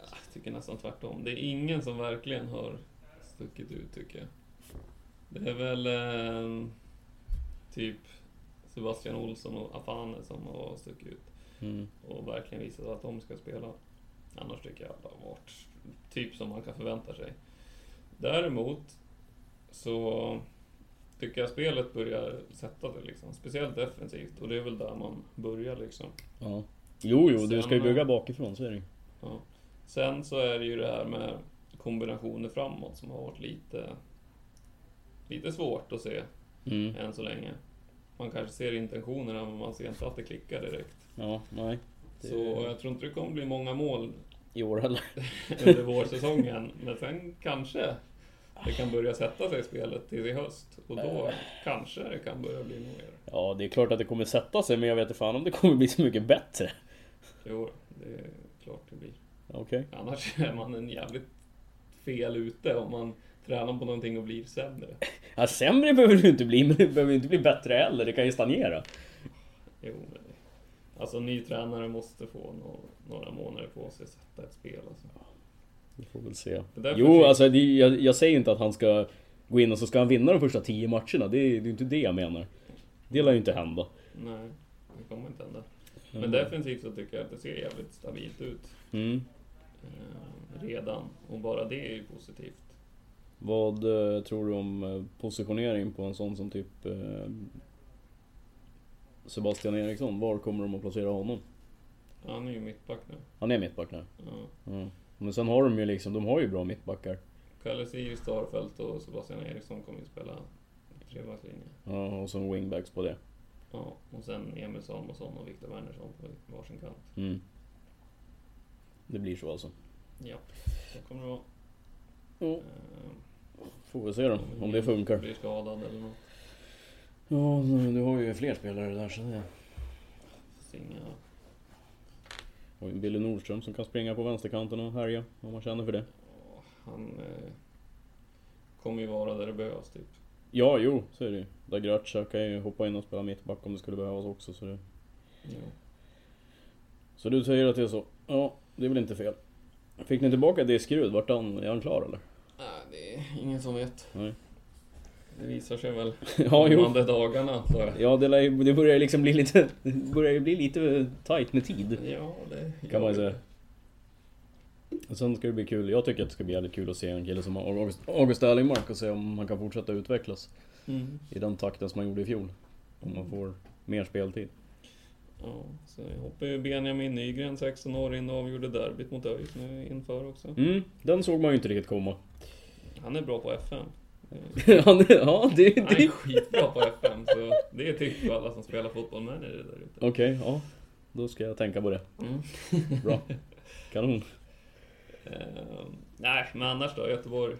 Speaker 2: jag tycker nästan tvärtom. Det är ingen som verkligen har stuckit ut tycker jag. Det är väl eh, typ Sebastian Olsson och Afane som har stuckit ut.
Speaker 1: Mm.
Speaker 2: och verkligen visat att de ska spela. Annars tycker jag alla har varit typ som man kan förvänta sig. Däremot så tycker jag spelet börjar sätta det liksom. Speciellt defensivt och det är väl där man börjar liksom.
Speaker 1: Ja. Jo, jo, du
Speaker 2: Sen,
Speaker 1: ska ju
Speaker 2: eh,
Speaker 1: bygga bakifrån, så är det ju.
Speaker 2: Ja. Sen så är det ju det här med kombinationer framåt som har varit lite, lite svårt att se
Speaker 1: Mm.
Speaker 2: än så länge. Man kanske ser intentionerna men man ser inte att det klickar direkt.
Speaker 1: Ja, nej. Det-
Speaker 2: Så jag tror inte det kommer bli
Speaker 1: (laughs)
Speaker 2: många mål
Speaker 1: I år heller.
Speaker 2: under vårsäsongen. Men sen kanske det kan börja sätta sig i spelet till i höst. Och då
Speaker 1: Eh.
Speaker 2: kanske det kan börja bli mer.
Speaker 1: Ja, det är klart att det kommer sätta sig, men jag vet inte fan om det kommer bli så mycket bättre.
Speaker 2: Jo, det är klart det blir.
Speaker 1: Okej.
Speaker 2: Annars (laughs) är man en jävligt fel ute om man tränar på någonting och blir sämre.
Speaker 1: Ja, sämre behöver det ju inte bli, (laughs) men det behöver ju inte bli bättre heller. Det kan ju stagnera.
Speaker 2: Jo, men det- Alltså ny tränare måste få nå- några månader på sig att sätta ett spel. Alltså.
Speaker 1: Vi får väl se.
Speaker 2: Men därför
Speaker 1: Jo,
Speaker 2: fick-
Speaker 1: alltså det, jag, jag säger inte att han ska gå in och så ska han vinna de första tio matcherna. Det, är- det är ju inte det jag menar. Det lär ju inte hända.
Speaker 2: Nej, det kommer inte hända. Men defensivt så tycker jag att det ser jävligt stabilt ut
Speaker 1: Mm.
Speaker 2: eh, redan. Och bara det är ju positivt.
Speaker 1: Vad eh, tror du om eh, positionering på en sån som typ eh, Sebastian Eriksson? Var kommer de att placera honom?
Speaker 2: Han är ju mittback nu.
Speaker 1: Han är mittback nu.
Speaker 2: Ja.
Speaker 1: Mm. Men sen har de ju liksom, de har ju bra mittbackar.
Speaker 2: Kalle Siri, Starfelt och Sebastian Eriksson kommer ju spela trebackslinje.
Speaker 1: Ja, och sen wingbacks på det.
Speaker 2: Ja, och sen Emil Samuelsson och Viktor Wernersson på varsin kant.
Speaker 1: Mm. Det blir så alltså.
Speaker 2: Ja, så kommer det vara.
Speaker 1: Ja.
Speaker 2: Ehm,
Speaker 1: Får vi se då, om det funkar.
Speaker 2: Blir skadad eller något.
Speaker 1: Ja, du har ju fler spelare där så det...
Speaker 2: Så inga-
Speaker 1: Och en Billy Nordström som kan springa på vänsterkanten och härja om man känner för det.
Speaker 2: ja, Han eh, kommer ju vara där det behövs typ.
Speaker 1: Ja, jo, så är det ju. Dagracha kan ju hoppa in och spela mittback om det skulle behövas också. Så, det...
Speaker 2: Ja.
Speaker 1: så du säger att det är så? Ja, det är väl inte fel. Fick ni tillbaka det skrud? Vart han, är han klar eller? (laughs)
Speaker 2: Nej, det är ingen som vet.
Speaker 1: Nej.
Speaker 2: Det visar sig väl
Speaker 1: (laughs) Ja, jo.
Speaker 2: kommande dagarna antar
Speaker 1: (laughs)
Speaker 2: jag.
Speaker 1: Ja, det, lär ju- det börjar ju liksom bli lite... Det börjar ju bli lite tight med tid.
Speaker 2: Ja, det
Speaker 1: Kan man ju säga. Och sen ska det bli kul, jag tycker att det ska bli jävligt kul att se en kille som August, August Erlingmark och se om han kan fortsätta utvecklas
Speaker 2: Mm.
Speaker 1: i den takten som han gjorde i fjol. Om man får mer speltid.
Speaker 2: Ja, så hoppade ju Benjamin Nygren, 16 år, in och avgjorde derbyt mot ÖIS nu inför också.
Speaker 1: Mm, den såg man ju inte riktigt komma. (laughs)
Speaker 2: Han är bra på FM.
Speaker 1: Han- ja, det... (laughs) det.
Speaker 2: Han är skitbra på FM, så det är typ för alla som spelar fotboll manager där ute.
Speaker 1: Okej, ja. Då ska jag tänka på det.
Speaker 2: Mm.
Speaker 1: (laughs) Bra. Kanon.
Speaker 2: Ehm, nej, men annars då, Göteborg.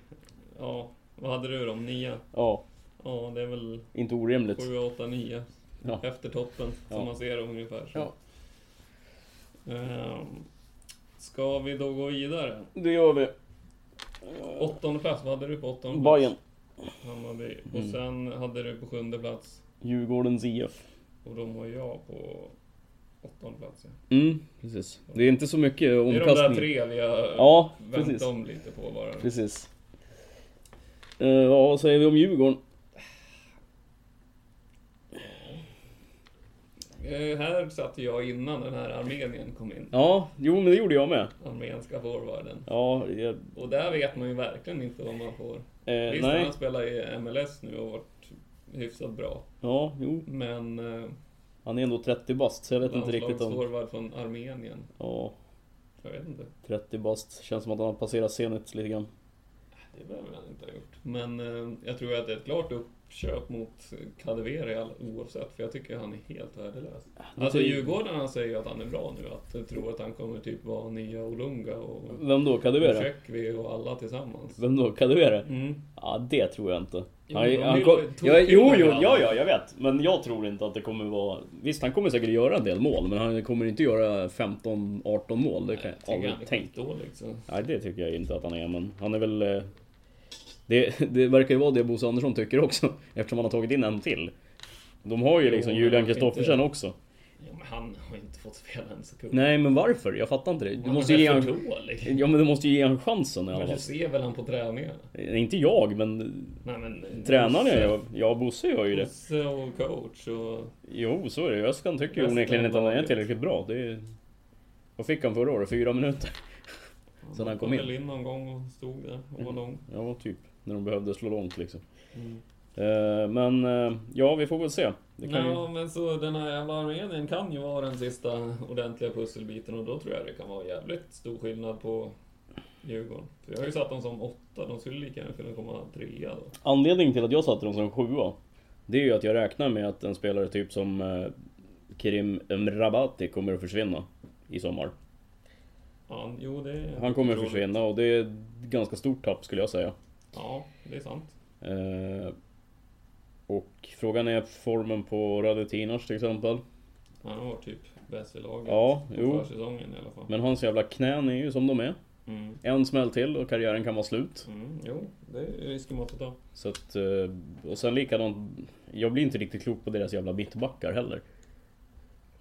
Speaker 2: Ja, vad hade du då? Nia?
Speaker 1: Ja,
Speaker 2: Ja, det är väl
Speaker 1: inte orimligt.
Speaker 2: 7, 8, 9
Speaker 1: Ja.
Speaker 2: efter toppen, som
Speaker 1: Ja.
Speaker 2: man ser dem ungefär. Så.
Speaker 1: Ja.
Speaker 2: Ehm, ska vi då gå vidare?
Speaker 1: Det gör vi.
Speaker 2: Åttonde plats, vad hade du på åttonde plats?
Speaker 1: Bayern. Mm.
Speaker 2: Hammarby. Och sen hade du på sjunde plats
Speaker 1: Djurgårdens IF.
Speaker 2: Och då var jag på åttonde plats. Ja.
Speaker 1: Mm, precis. Det är inte så mycket
Speaker 2: Det är
Speaker 1: omkastning.
Speaker 2: de där tre vi har
Speaker 1: Ja,
Speaker 2: vänt
Speaker 1: precis.
Speaker 2: om lite på bara.
Speaker 1: Precis. Eh, ja, vad säger vi om Djurgården?
Speaker 2: Eh, här satt jag innan den här Armenien kom in.
Speaker 1: Ja, jo men det gjorde jag med.
Speaker 2: Armenska forwarden.
Speaker 1: Ja, jag,
Speaker 2: Och där vet man ju verkligen inte vad man får.
Speaker 1: eh,
Speaker 2: Visst, han
Speaker 1: nej.
Speaker 2: har spelat i MLS nu och varit hyfsat bra.
Speaker 1: Ja, jo.
Speaker 2: Men eh,
Speaker 1: Han är ändå 30 bast, så jag vet inte riktigt om...
Speaker 2: landslagsforward från Armenien.
Speaker 1: Ja,
Speaker 2: Jag vet inte.
Speaker 1: 30 bast. Känns som att han har passerat Zenit lite grann.
Speaker 2: Det behöver han inte ha gjort. Men eh, jag tror att det är ett klart upp uppköp mot Kadewere oavsett, för jag tycker han är helt värdelös. Alltså Djurgårdarna säger ju att han är bra nu, att de tror att han kommer typ vara nya Olunga och
Speaker 1: Vem då? Kadewere?
Speaker 2: Tjechvi och alla tillsammans.
Speaker 1: Vem då? Kadewere?
Speaker 2: Mm.
Speaker 1: Ja, det tror jag inte.
Speaker 2: Jo,
Speaker 1: Han,
Speaker 2: de
Speaker 1: han
Speaker 2: vill
Speaker 1: kom,
Speaker 2: ju ta
Speaker 1: jag,
Speaker 2: till
Speaker 1: jo,
Speaker 2: med
Speaker 1: jo,
Speaker 2: alla.
Speaker 1: ja, ja, jag vet. Men jag tror inte att det kommer vara... Visst, han kommer säkert göra en del mål, men han kommer inte göra 15-18 mål. Det kan jag
Speaker 2: Tycker
Speaker 1: aldrig
Speaker 2: han är
Speaker 1: tänka.
Speaker 2: skitdålig. Så.
Speaker 1: Nej, det tycker jag inte att han är, men han är väl... eh, Det, det verkar ju vara det Bosse Andersson tycker också, eftersom han har tagit in en till. De har ju liksom
Speaker 2: Jo, men
Speaker 1: Julian
Speaker 2: han kan
Speaker 1: Kristoffersen
Speaker 2: inte-
Speaker 1: också.
Speaker 2: Ja, men han har ju inte fått spela en sekund.
Speaker 1: Nej, men varför? Jag fattar inte det. Du
Speaker 2: Han
Speaker 1: måste
Speaker 2: är
Speaker 1: ju ge
Speaker 2: för
Speaker 1: han...
Speaker 2: dålig.
Speaker 1: Ja, men du måste ju ge han chansen i alla
Speaker 2: (laughs) Men
Speaker 1: fall.
Speaker 2: du ser väl han på träningarna?
Speaker 1: Eh, Inte jag, men
Speaker 2: Nej, men,
Speaker 1: tränaren gör ju... Ja, Bosse gör ju det.
Speaker 2: Bosse och coach och...
Speaker 1: Jo, så är det. Öskan tycker ju
Speaker 2: Resten
Speaker 1: onekligen inte att han är
Speaker 2: laget.
Speaker 1: tillräckligt bra. Det är... Vad fick han förra året? Fyra minuter? Sen han kom in.
Speaker 2: väl in någon gång och stod där och var lång.
Speaker 1: Ja, typ. När de behövde slå långt liksom.
Speaker 2: Mm.
Speaker 1: Eh, Men eh, ja, vi får väl se. Det kan ju...
Speaker 2: Ja, men så den här jävla Armenien kan ju vara den sista ordentliga pusselbiten och då tror jag det kan vara jävligt stor skillnad på Djurgården. För jag har ju satt dem som åtta, de skulle lika gärna kunna komma trea då.
Speaker 1: Anledningen till att jag satte dem som sjua Det är ju att jag räknar med att en spelare typ som eh, Kerim Mrabati kommer att försvinna I sommar
Speaker 2: Ja, jo, det är
Speaker 1: Han kommer att
Speaker 2: otroligt.
Speaker 1: försvinna och det är ett ganska stort tapp skulle jag säga
Speaker 2: Ja, det är sant.
Speaker 1: Eh, Och frågan är formen på Radetinac till exempel
Speaker 2: Han har varit typ bäst i laget
Speaker 1: Ja,
Speaker 2: på
Speaker 1: jo.
Speaker 2: försäsongen i alla fall.
Speaker 1: Men hans jävla knän är ju som de är
Speaker 2: Mm.
Speaker 1: En smäll till och karriären kan vara slut
Speaker 2: Mm, jo, det är risken man får ta.
Speaker 1: Så att, eh, och sen likadant Jag blir inte riktigt klok på deras jävla mittbackar heller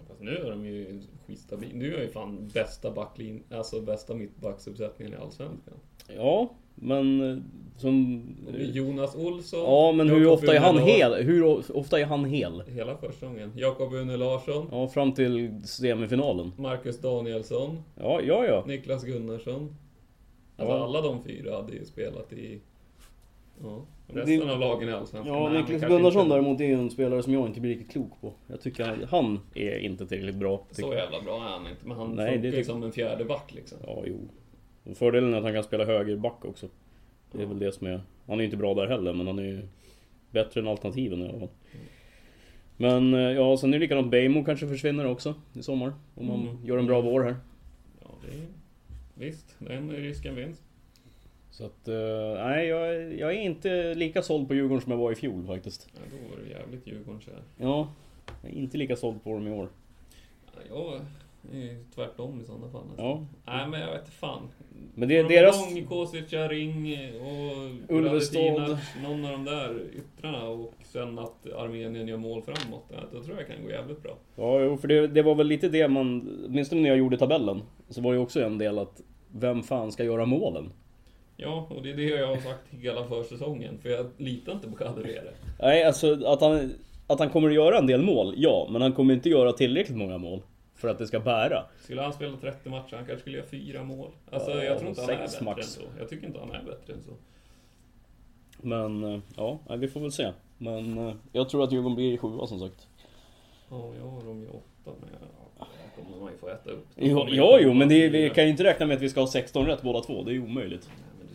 Speaker 2: Fast nu är de ju skitstabila. Nu är ju fan bästa backlin, alltså bästa mittbacksuppsättningen i Allsvenskan.
Speaker 1: Ja, men eh, som...
Speaker 2: Och det är Jonas Olsson.
Speaker 1: Ja men hur
Speaker 2: Jakob
Speaker 1: ofta är han
Speaker 2: Unelars-
Speaker 1: hel? Hur o- ofta är han hel?
Speaker 2: Hela försäsongen. Jakob Une Larsson.
Speaker 1: Ja, fram till semifinalen.
Speaker 2: Marcus Danielsson.
Speaker 1: Ja, ja, ja.
Speaker 2: Niklas Gunnarsson. Alltså
Speaker 1: Ja.
Speaker 2: alla de fyra hade ju spelat i... Ja, resten
Speaker 1: Det-
Speaker 2: av lagen i Allsvenskan.
Speaker 1: Ja,
Speaker 2: Nej, men
Speaker 1: Niklas
Speaker 2: kanske
Speaker 1: Gunnarsson
Speaker 2: inte
Speaker 1: däremot är ju en spelare som jag inte blir riktigt klok på. Jag tycker han, han är inte tillräckligt bra.
Speaker 2: Så jävla bra är han inte, men han
Speaker 1: Nej, det
Speaker 2: funkar ju
Speaker 1: tycker-
Speaker 2: som en fjärde back liksom.
Speaker 1: Ja, jo. Och Fördelen är att han kan spela högerback också. Det är väl det som är... Han är ju inte bra där heller, men han är ju bättre än alternativen i alla fall. Men eh, ja, sen är det likadant. Bejmo kanske försvinner också i sommar. Om han
Speaker 2: Mm.
Speaker 1: gör en bra vår här.
Speaker 2: Ja, det är... Visst, den risken finns.
Speaker 1: Så att, eh, nej, jag, jag är inte lika såld på Djurgården som jag var i fjol faktiskt.
Speaker 2: Ja, då var du jävligt Djurgårdskär.
Speaker 1: Ja, jag är inte lika såld på dem i år.
Speaker 2: Ja, jag är ju tvärtom i sådana fall. nästan.
Speaker 1: Ja.
Speaker 2: Nej, men jag vet fan.
Speaker 1: Men det är
Speaker 2: Får de
Speaker 1: deras...
Speaker 2: igång Kosica, Ring eh, och
Speaker 1: Ulvestad.
Speaker 2: Radetinac, någon av de där yttrarna och sen att Armenien gör mål framåt. ja, Då tror jag kan gå jävligt bra.
Speaker 1: Ja, jo, för det, det var väl lite det man... Åtminstone när jag gjorde tabellen. Så var ju också en del att... Vem fan ska göra målen?
Speaker 2: Ja, och det är det jag har sagt hela försäsongen, för jag litar inte på Kadewere.
Speaker 1: Nej, alltså att han... Att han kommer att göra en del mål, ja. Men han kommer inte göra tillräckligt många mål. För att det ska bära.
Speaker 2: Skulle han spela 30 matcher, han kanske skulle göra fyra mål. Alltså,
Speaker 1: Ja,
Speaker 2: jag tror inte han är
Speaker 1: sex
Speaker 2: bättre
Speaker 1: max.
Speaker 2: än så. Jag tycker inte han är bättre än så.
Speaker 1: Men eh, ja, nej, vi får väl se. Men eh, jag tror att Djurgården blir sjua som sagt.
Speaker 2: Ja, jag har dem i åtta, men jag, jag kommer man ju få äta upp.
Speaker 1: Jo, ja, jo, men det, vi kan ju inte räkna med att vi ska ha 16 rätt båda två. Det är ju omöjligt.
Speaker 2: Nej, men du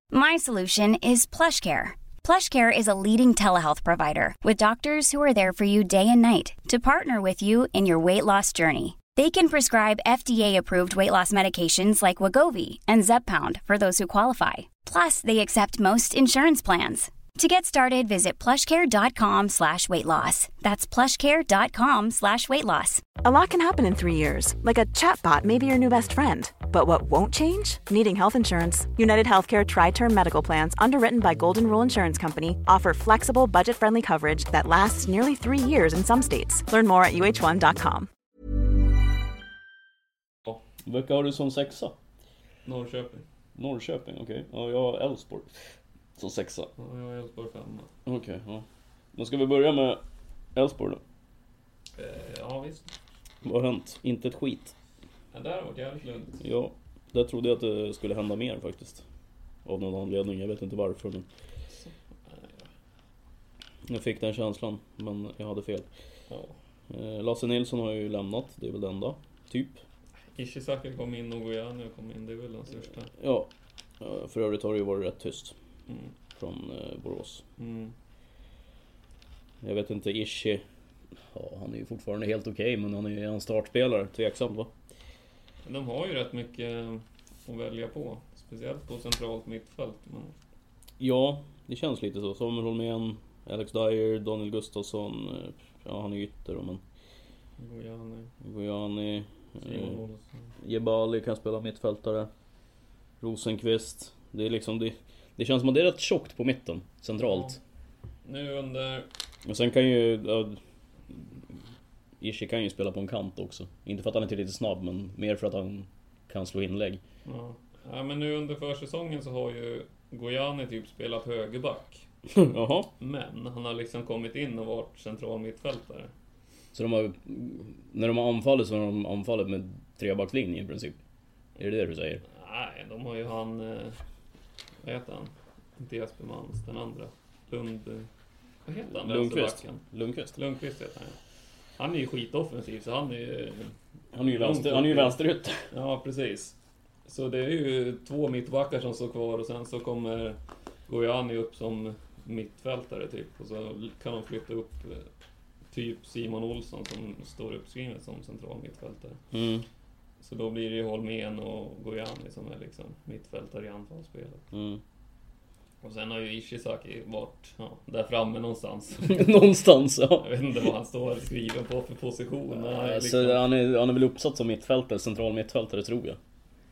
Speaker 3: My solution is PlushCare. PlushCare is a leading telehealth provider with doctors who are there for you day and night to partner with you in your weight loss journey. They can prescribe FDA-approved weight loss medications like Wagovi and Zepbound for those who qualify. Plus, they accept most insurance plans. To get started, visit plushcare.com slash weight loss. That's plushcare.com slash weight loss.
Speaker 4: A lot can happen in three years, like a chatbot may be your new best friend. But what won't change? Needing health insurance. United Healthcare Tri Term Medical Plans, underwritten by Golden Rule Insurance Company, offer flexible, budget friendly coverage that lasts nearly three years in some states. Learn more at uh1.com.
Speaker 1: Ja. Vilka har du som sexa?
Speaker 2: Norrköping.
Speaker 1: Norrköping, okej. Ja, jag har Elfsborg som sexa.
Speaker 2: Ja, jag har Elfsborg femma.
Speaker 1: Okej, ja. Men ska vi börja med Elfsborg då?
Speaker 2: Eh, ja, visst.
Speaker 1: Vad har hänt? Inte ett skit.
Speaker 2: Ja, där har det varit jävligt lugnt.
Speaker 1: Ja, där trodde jag att det skulle hända mer faktiskt. Av någon anledning, jag vet inte varför men... Jag fick den känslan, men jag hade fel.
Speaker 2: Ja.
Speaker 1: Eh, Lasse Nilsson har ju lämnat, det är väl det enda. Typ.
Speaker 2: Ishizaki kom in och Gojani kom in. Det är väl den största.
Speaker 1: Ja. Eh, För övrigt har det ju varit rätt tyst
Speaker 2: Mm.
Speaker 1: från eh, Borås.
Speaker 2: Mm.
Speaker 1: Jag vet inte, Ishi... Ja, han är ju fortfarande helt okej, men han är ju en startspelare. Tveksamt va?
Speaker 2: Men De har ju rätt mycket eh, att välja på. Speciellt på centralt mittfält. Mm. Men
Speaker 1: Ja, det känns lite så. Samuel Holmén, Alex Dyer, Daniel Gustafsson. eh, Ja, han är ytter då, men...
Speaker 2: Gojani,
Speaker 1: Gojani,
Speaker 2: Simon
Speaker 1: eh,
Speaker 2: Olsson.
Speaker 1: Jebali kan spela mittfältare. Rosenqvist. Det är liksom det, det känns som att det är rätt tjockt på mitten, centralt.
Speaker 2: Nu under...
Speaker 1: Och sen kan ju... Ja, Ishi kan ju spela på en kant också. Inte för att han inte är lite snabb, men mer för att han kan slå inlägg.
Speaker 2: Ja. Ja, men nu under försäsongen så har ju Gojani typ spelat högerback.
Speaker 1: (laughs) Jaha.
Speaker 2: Men han har liksom kommit in och varit central mittfältare.
Speaker 1: Så de har, när de har anfallit så har de anfallit med trebackslinje i princip. Är det det du säger?
Speaker 2: Nej, de har ju han... Eh, vad heter han? Inte Jesper Mans, den andra. Lund... eh, Vad heter han?
Speaker 1: Lundqvist?
Speaker 2: vänsterbacken?
Speaker 1: Lundqvist?
Speaker 2: Lundqvist heter han ja. Han är ju skitoffensiv, så han är ju...
Speaker 1: Han är ju vänster, han är ju vänsterytter.
Speaker 2: Ja, precis. Så det är ju två mittbackar som står kvar och sen så kommer Gojani upp som mittfältare typ. Och så kan de flytta upp eh, typ Simon Olsson som står uppskriven som central mittfältare.
Speaker 1: Mm.
Speaker 2: Så då blir det ju Holmén och Gojani som är liksom mittfältare i anfallsspelet.
Speaker 1: Mm.
Speaker 2: Och sen har ju Ishizaki varit ja, där framme någonstans.
Speaker 1: (laughs)
Speaker 2: (laughs)
Speaker 1: Någonstans ja.
Speaker 2: Jag vet inte vad han står skriven på för position. men han är liksom,
Speaker 1: Så han, är, han är väl uppsatt som mittfältare, central mittfältare tror jag.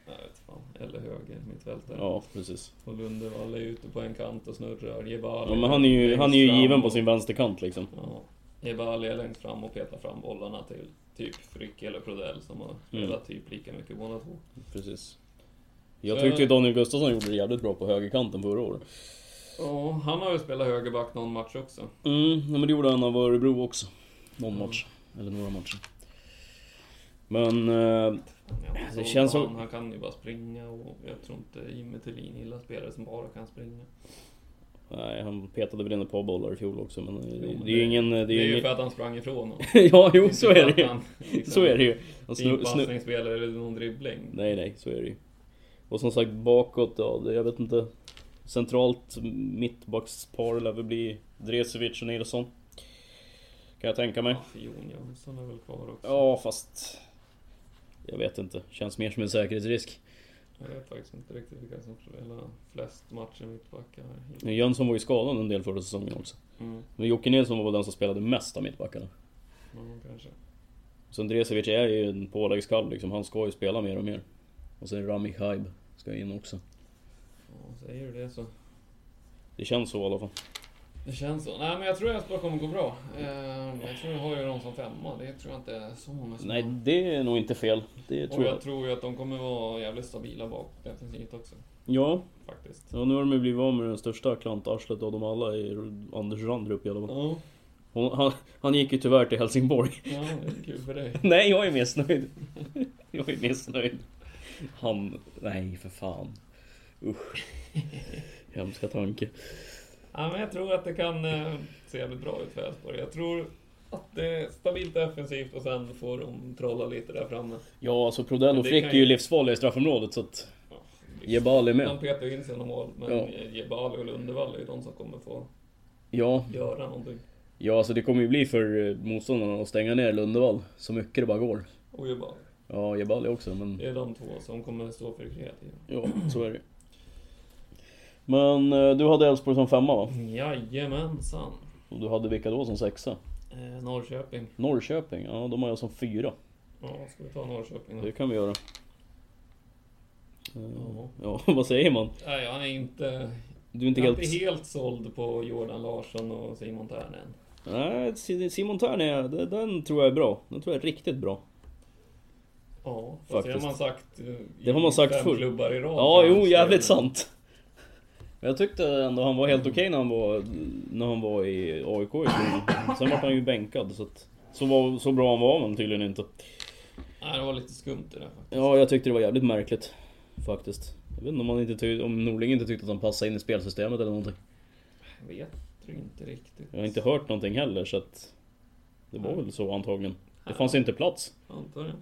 Speaker 2: jag vet fan, eller höger mittfältare.
Speaker 1: Ja, precis.
Speaker 2: Och Lundevall är ute på en kant och snurrar. Jebali
Speaker 1: Ja, men han är ju,
Speaker 2: längst
Speaker 1: han är ju
Speaker 2: fram
Speaker 1: given
Speaker 2: och-
Speaker 1: på sin vänsterkant liksom.
Speaker 2: Ja. Jebali är längst fram och petar fram bollarna till typ Frick eller Prodell som
Speaker 1: Mm.
Speaker 2: har spelat typ lika mycket båda två.
Speaker 1: Precis. Jag
Speaker 2: Så-
Speaker 1: tyckte ju Daniel Gustafsson gjorde det jävligt bra på högerkanten förra året.
Speaker 2: Ja, han har ju spelat högerback någon match också.
Speaker 1: Mm, ja, men det gjorde han av Örebro också. Någon match. Eller några matcher. Men... Eh,
Speaker 2: Ja, men
Speaker 1: Det
Speaker 2: så
Speaker 1: känns
Speaker 2: fan,
Speaker 1: som-
Speaker 2: Han kan ju bara springa och jag tror inte Jimmy Tillin gillar spelare som bara kan springa.
Speaker 1: nej, han petade väl in ett par bollar i fjol också men det,
Speaker 2: Jo, men
Speaker 1: det är ju ingen... eh, Det är,
Speaker 2: Det är ju
Speaker 1: ingen...
Speaker 2: för att han sprang ifrån honom.
Speaker 1: (laughs) ja, jo
Speaker 2: Inte
Speaker 1: så
Speaker 2: för
Speaker 1: är
Speaker 2: att
Speaker 1: det ju.
Speaker 2: han, liksom,
Speaker 1: Så är det ju. Han
Speaker 2: Det är
Speaker 1: snu,
Speaker 2: inte
Speaker 1: snu...
Speaker 2: passningsspel eller någon dribbling.
Speaker 1: Nej, nej, så är det ju. Och som sagt bakåt, ja, det, jag vet inte. Centralt mittbackspar lär väl bli Dresevic och Nilsson. Kan jag tänka mig.
Speaker 2: Jon Jönsson är väl kvar också.
Speaker 1: Ja, fast... Jag vet inte. Känns mer som en säkerhetsrisk.
Speaker 2: Jag vet faktiskt inte riktigt vilka som spelar flest matcher mittbackar. här.
Speaker 1: Jönsson var ju skadad en del förra säsongen också.
Speaker 2: Mm,
Speaker 1: Men Jocke Nilsson var väl den som spelade mest av mittbackarna.
Speaker 2: någon kanske.
Speaker 1: Så Dresevic är ju en påläggskall liksom. Han ska ju spela mer och mer. Och sen Rami Khaib ska in också.
Speaker 2: Ja, säger du det så.
Speaker 1: Det känns så i alla fall.
Speaker 2: Det känns så. Nej, men jag tror Elfsborg kommer gå bra. Eh, Jag tror jag har ju dem som femma. Det tror jag inte är så många som
Speaker 1: Nej,
Speaker 2: har.
Speaker 1: det är nog inte fel. Det
Speaker 2: Och
Speaker 1: tror jag.
Speaker 2: jag tror ju att de kommer vara jävligt stabila bak defensivt också.
Speaker 1: Ja,
Speaker 2: Faktiskt.
Speaker 1: Ja, nu har de ju blivit av med den största klantarslet av dem alla, i Anders Randrup i alla fall.
Speaker 2: Ja,
Speaker 1: Hon, han, han gick ju tyvärr till Helsingborg.
Speaker 2: ja det är kul för dig.
Speaker 1: (laughs) nej, jag är missnöjd. (laughs) jag är missnöjd. Han... Nej, för fan. (laughs) Usch. Hemska tanke.
Speaker 2: Ja, men jag tror att det kan eh, se jävligt bra ut för Elfsborg. Jag tror att det är stabilt defensivt och sen får de trolla lite där framme.
Speaker 1: Ja, alltså Prodell
Speaker 2: Men
Speaker 1: och
Speaker 2: det
Speaker 1: Frick
Speaker 2: kan
Speaker 1: är ju
Speaker 2: ju-
Speaker 1: livsfarliga i straffområdet så att...
Speaker 2: Ja, visst.
Speaker 1: Jebali
Speaker 2: De
Speaker 1: med.
Speaker 2: petar ju in sina mål, men
Speaker 1: Ja.
Speaker 2: Jebali och Lundevall är ju de som kommer få
Speaker 1: Ja,
Speaker 2: göra någonting.
Speaker 1: ja alltså det kommer ju bli för eh, motståndarna att stänga ner Lundevall så mycket det bara går.
Speaker 2: Och Jebali.
Speaker 1: Ja, Jebali också men...
Speaker 2: Det är de två som kommer stå för det kreativa.
Speaker 1: Ja, så är det. Men eh, du hade Elfsborg som femma va?
Speaker 2: Jajamensan.
Speaker 1: Och du hade vilka då som sexa?
Speaker 2: Eh, Norrköping.
Speaker 1: Norrköping, ja de har jag som fyra.
Speaker 2: Ja, ska vi ta Norrköping
Speaker 1: Det
Speaker 2: då?
Speaker 1: kan vi göra. Eh,
Speaker 2: Ja.
Speaker 1: Ja, (laughs) vad säger man?
Speaker 2: Nej, jag är inte,
Speaker 1: Du är inte
Speaker 2: jag är
Speaker 1: helt...
Speaker 2: inte helt såld på Jordan Larsson och Simon Tern än.
Speaker 1: Nej, Si- Simon Thern är... den- Den tror jag är bra. Den tror jag är riktigt bra.
Speaker 2: Ja, fast det
Speaker 1: Faktiskt.
Speaker 2: har man sagt eh, i
Speaker 1: Det har man sagt
Speaker 2: fem
Speaker 1: förr.
Speaker 2: klubbar i rad.
Speaker 1: Ja, jo, jävligt
Speaker 2: sant.
Speaker 1: sant. Men jag tyckte ändå han var helt okej när han var när han var i AIK i fjol. Sen var han ju bänkad så att, så, var, så bra han var men tydligen inte.
Speaker 2: Nej, det var lite skumt det där faktiskt.
Speaker 1: Ja, jag tyckte det var jävligt märkligt faktiskt. Jag vet inte om, han inte tyckte, om Norling inte tyckte att han passade in i spelsystemet eller någonting.
Speaker 2: Jag vet tror inte riktigt.
Speaker 1: Jag har inte hört någonting heller så att det var väl så antagligen. Det fanns inte plats.
Speaker 2: Antar jag.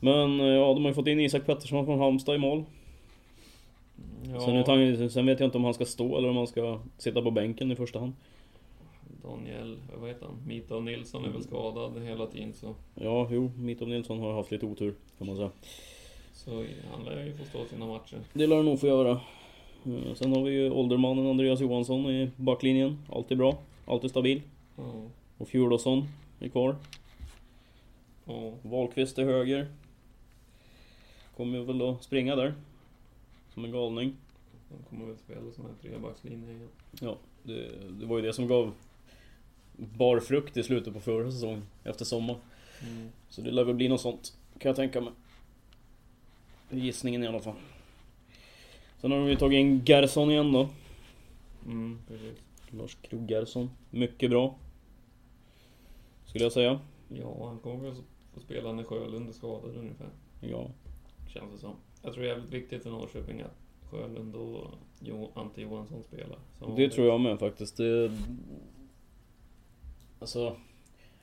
Speaker 1: Men eh, ja, de har ju fått in Isak Pettersson från Halmstad i mål.
Speaker 2: Ja,
Speaker 1: Sen, är tanken, sen vet jag inte om han ska stå eller om han ska sitta på bänken i första hand.
Speaker 2: Daniel, vad heter han? Mito Nilsson är
Speaker 1: Mm.
Speaker 2: väl skadad hela tiden så,
Speaker 1: Ja, jo, Mitov Nilsson har haft lite otur kan man säga.
Speaker 2: så han lär ju få stå sina matcher.
Speaker 1: Det lär han nog få göra. Eh, Sen har vi ju åldermannen Andreas Johansson i backlinjen. Alltid bra, alltid stabil.
Speaker 2: Ja,
Speaker 1: Och Fjulosson är kvar.
Speaker 2: ja.
Speaker 1: Wahlqvist till höger. Kommer ju väl att springa där. Som en galning.
Speaker 2: De kommer väl spela sån här trebackslinje igen.
Speaker 1: Ja, det, det var ju det som gav bar frukt i slutet på förra säsongen, efter sommaren.
Speaker 2: Mm.
Speaker 1: Så det lär väl bli något sånt, kan jag tänka mig. Det är Gissningen i alla fall. Sen har de ju tagit in Gerson igen då.
Speaker 2: Mm, precis.
Speaker 1: Lars Krogersson. Mycket bra. Skulle jag säga.
Speaker 2: Ja, han kommer väl få spela när Sjölund är skadad ungefär.
Speaker 1: Ja.
Speaker 2: Känns det som. Jag tror det är jävligt viktigt för Norrköping att Sjölund och jo, Ante Johansson spelar. som
Speaker 1: Det
Speaker 2: vanligt.
Speaker 1: tror jag med faktiskt. Det... Alltså...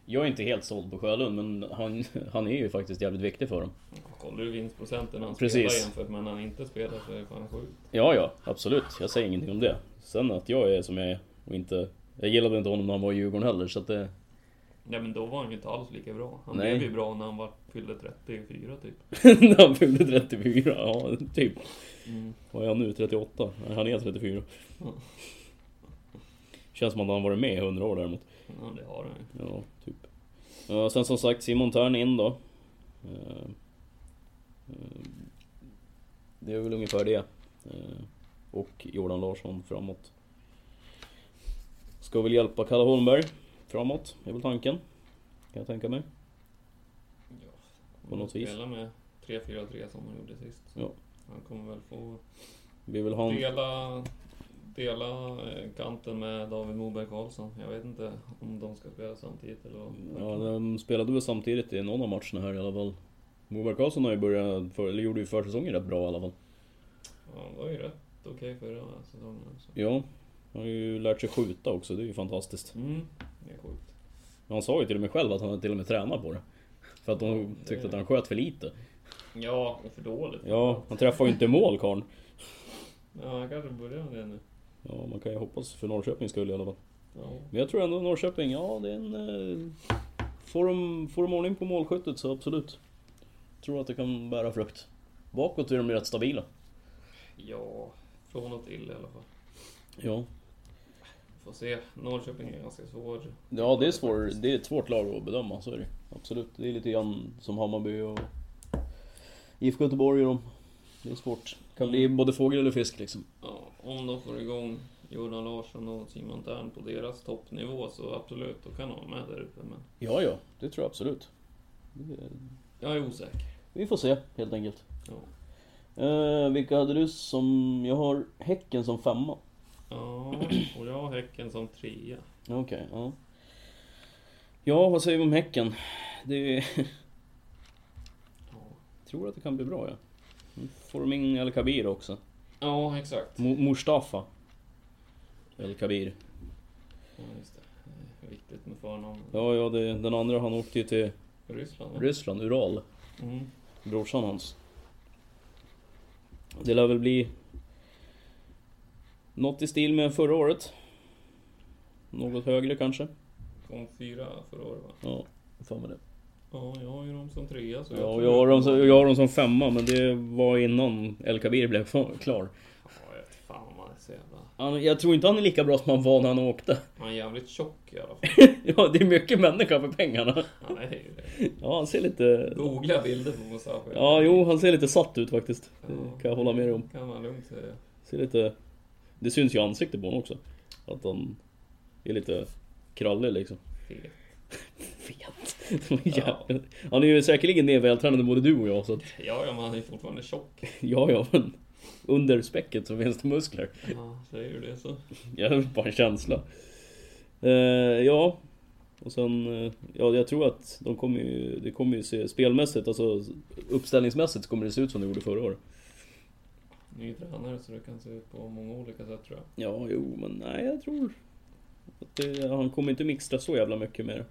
Speaker 1: Jag är inte helt såld på Sjölund men han, (laughs) han är ju faktiskt jävligt viktig för dem.
Speaker 2: Kollar du vinstprocenten när han
Speaker 1: Precis.
Speaker 2: spelar jämfört med när han inte spelar så är det fan sjukt.
Speaker 1: Ja, ja. Absolut. Jag säger ingenting om det. Sen att jag är som jag är och inte... Jag gillade inte honom när han var i Djurgården heller så att det... (laughs)
Speaker 2: Ja men då var han ju inte alls lika bra. Han
Speaker 1: Nej.
Speaker 2: blev ju bra när han var, fyllde 34 typ.
Speaker 1: När han fyllde 34, ja typ.
Speaker 2: Mm.
Speaker 1: Vad är han nu? 38? Nej, han är 34.
Speaker 2: Ja.
Speaker 1: Känns som att han varit med i 100 år däremot.
Speaker 2: Ja det har han ju.
Speaker 1: Ja, typ. Ja, sen som sagt, Simon Thern in då. Eh, eh, Det är väl ungefär det. Eh, Och Jordan Larsson framåt. Ska väl hjälpa Kalle Holmberg framåt, är väl tanken. Kan jag tänka mig. På något vis.
Speaker 2: Spela med 3-4-3 som han gjorde sist.
Speaker 1: Ja.
Speaker 2: Han kommer väl få
Speaker 1: Vi vill ha en...
Speaker 2: dela, dela eh, kanten med David Moberg Karlsson. Jag vet inte om de ska spela samtidigt eller vad.
Speaker 1: Ja, de spelade väl samtidigt i någon av matcherna här i alla fall. Moberg Karlsson har ju börjat, för, eller gjorde ju försäsongen rätt bra i alla fall.
Speaker 2: Ja, han var ju rätt okej förra säsongen också.
Speaker 1: Ja, han har ju lärt sig skjuta också, det är ju fantastiskt.
Speaker 2: Mm, det är sjukt.
Speaker 1: Han sa ju till och med själv att han till och med tränat på det. För att de tyckte att han sköt för lite.
Speaker 2: Ja, det är för dåligt.
Speaker 1: Ja, han träffar ju inte mål karln.
Speaker 2: Ja, han kanske börjar med det nu.
Speaker 1: Ja, man kan ju hoppas för Norrköpings skull i alla fall.
Speaker 2: Ja.
Speaker 1: Men jag tror ändå Norrköping, ja det är en... eh, Får de, får de ordning på målskyttet så absolut. Tror att det kan bära frukt. Bakåt är de ju rätt stabila.
Speaker 2: Ja, från och till i alla fall.
Speaker 1: Ja,
Speaker 2: Får se. Norrköping är ganska svår.
Speaker 1: Ja, det är, svår, det är ett svårt lag att bedöma, så är det Absolut. Det är lite grann som Hammarby och IFK Göteborg och de. Det är svårt. Kan bli både fågel eller fisk liksom.
Speaker 2: Ja, om de får igång Jordan Larsson och Simon Tern på deras toppnivå så absolut, då kan de vara med där uppe. Men
Speaker 1: Ja, ja. Det tror jag absolut. Det-
Speaker 2: jag är osäker.
Speaker 1: Vi får se, helt enkelt.
Speaker 2: Ja.
Speaker 1: Eh, vilka hade du som... Jag har Häcken som femma.
Speaker 2: Ja, och jag har Häcken som trea.
Speaker 1: Ja, Okej, ja. Ja, vad säger vi om Häcken? Det är...
Speaker 2: Ja.
Speaker 1: tror att det kan bli bra, ja. Nu får de in El Kabir också.
Speaker 2: Ja, exakt.
Speaker 1: Mo- Mustafa. El Kabir.
Speaker 2: Ja, just det. Det är Viktigt med förnamn.
Speaker 1: Ja, ja det, den andra han åkte ju till
Speaker 2: Ryssland, va?
Speaker 1: Ryssland, Ural,
Speaker 2: Mm.
Speaker 1: brorsan hans. Det lär väl bli något i stil med förra året. Något högre kanske.
Speaker 2: Kom fyra förra året, va?
Speaker 1: Ja, fan med det.
Speaker 2: Ja, jag har ju dem som trea. Så
Speaker 1: Ja, och
Speaker 2: tror
Speaker 1: jag, har dem, som- jag har dem som femma, men det var innan El Kabir blev (laughs) fa- klar.
Speaker 2: Ja, jag vet fan man är så jävla...
Speaker 1: Han, jag tror inte han är lika bra som han var när han åkte. (laughs)
Speaker 2: Han är jävligt tjock i alla fall.
Speaker 1: ja, det är mycket människa för pengarna.
Speaker 2: Han är ju det.
Speaker 1: Ja, han ser lite...
Speaker 2: Googla bilder på Musashi.
Speaker 1: Ja, jo, han ser lite satt ut faktiskt. Det kan jag hålla med dig om.
Speaker 2: Kan man lugnt säga.
Speaker 1: Ser lite... Det syns ju i ansiktet på honom också. Att han är lite krallig liksom.
Speaker 2: Fet.
Speaker 1: Fet. (laughs) Jävlar. Han är ju säkerligen mer vältränad än både du och jag så att,
Speaker 2: Ja, ja, men han är fortfarande tjock.
Speaker 1: ja ja men under späcket så finns det muskler.
Speaker 2: Ja, säger du det så.
Speaker 1: Jag har bara en känsla. Eh, ja. Och sen, eh, ja jag tror att de kommer ju, det kommer ju se spelmässigt, alltså uppställningsmässigt så kommer det se ut som det gjorde förra året.
Speaker 2: Ny tränare så det kan se ut på många olika sätt tror jag.
Speaker 1: Ja, jo men nej jag tror att det, han kommer inte mixtra så jävla mycket med det.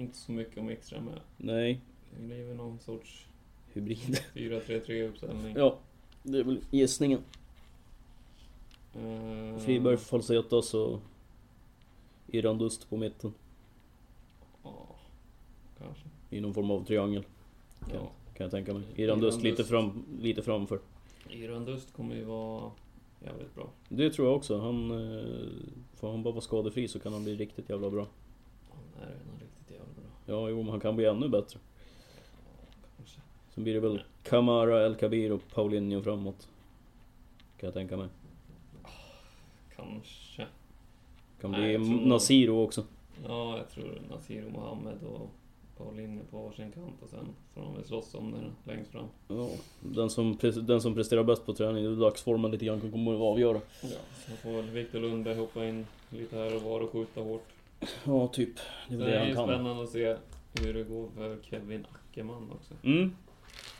Speaker 2: Inte så mycket om extra med.
Speaker 1: Nej,
Speaker 2: Det blir väl någon sorts
Speaker 1: hybrid.
Speaker 2: 4-3-3 uppställning.
Speaker 1: Ja, det är väl gissningen.
Speaker 2: Eh,
Speaker 1: Friberg för Falsetas och Irandust på mitten.
Speaker 2: Ja, kanske.
Speaker 1: I någon form av triangel,
Speaker 2: Ja.
Speaker 1: kan jag tänka mig. Irandust lite,
Speaker 2: Irandust.
Speaker 1: fram, lite framför.
Speaker 2: Irandust kommer ju vara jävligt bra.
Speaker 1: Det tror jag också. Han, eh, får han bara vara skadefri så kan han bli riktigt jävla bra.
Speaker 2: Han är redan riktigt jävla bra.
Speaker 1: Ja, jo, men han kan bli ännu bättre.
Speaker 2: Kanske.
Speaker 1: Sen blir det väl Kamara, El Kabir och Paulinho framåt. Kan jag tänka mig.
Speaker 2: Kanske.
Speaker 1: Kan
Speaker 2: Nej,
Speaker 1: bli
Speaker 2: jag tror-
Speaker 1: Nasiro också.
Speaker 2: Ja, jag tror Nasir och Mohammed och Paulinho på varsin kant och sen får de väl slåss om den längst fram.
Speaker 1: Ja, den, som, pre- den som presterar bäst på träning, det är dagsformen lite grann, kommer att avgöra.
Speaker 2: Ja. Sen får väl Viktor Lundberg hoppa in lite här och var och skjuta hårt.
Speaker 1: Ja, typ. Det är
Speaker 2: Sen
Speaker 1: väl det
Speaker 2: är
Speaker 1: han
Speaker 2: ju
Speaker 1: kan.
Speaker 2: spännande att se hur det går för Kevin Ackerman också.
Speaker 1: Mm.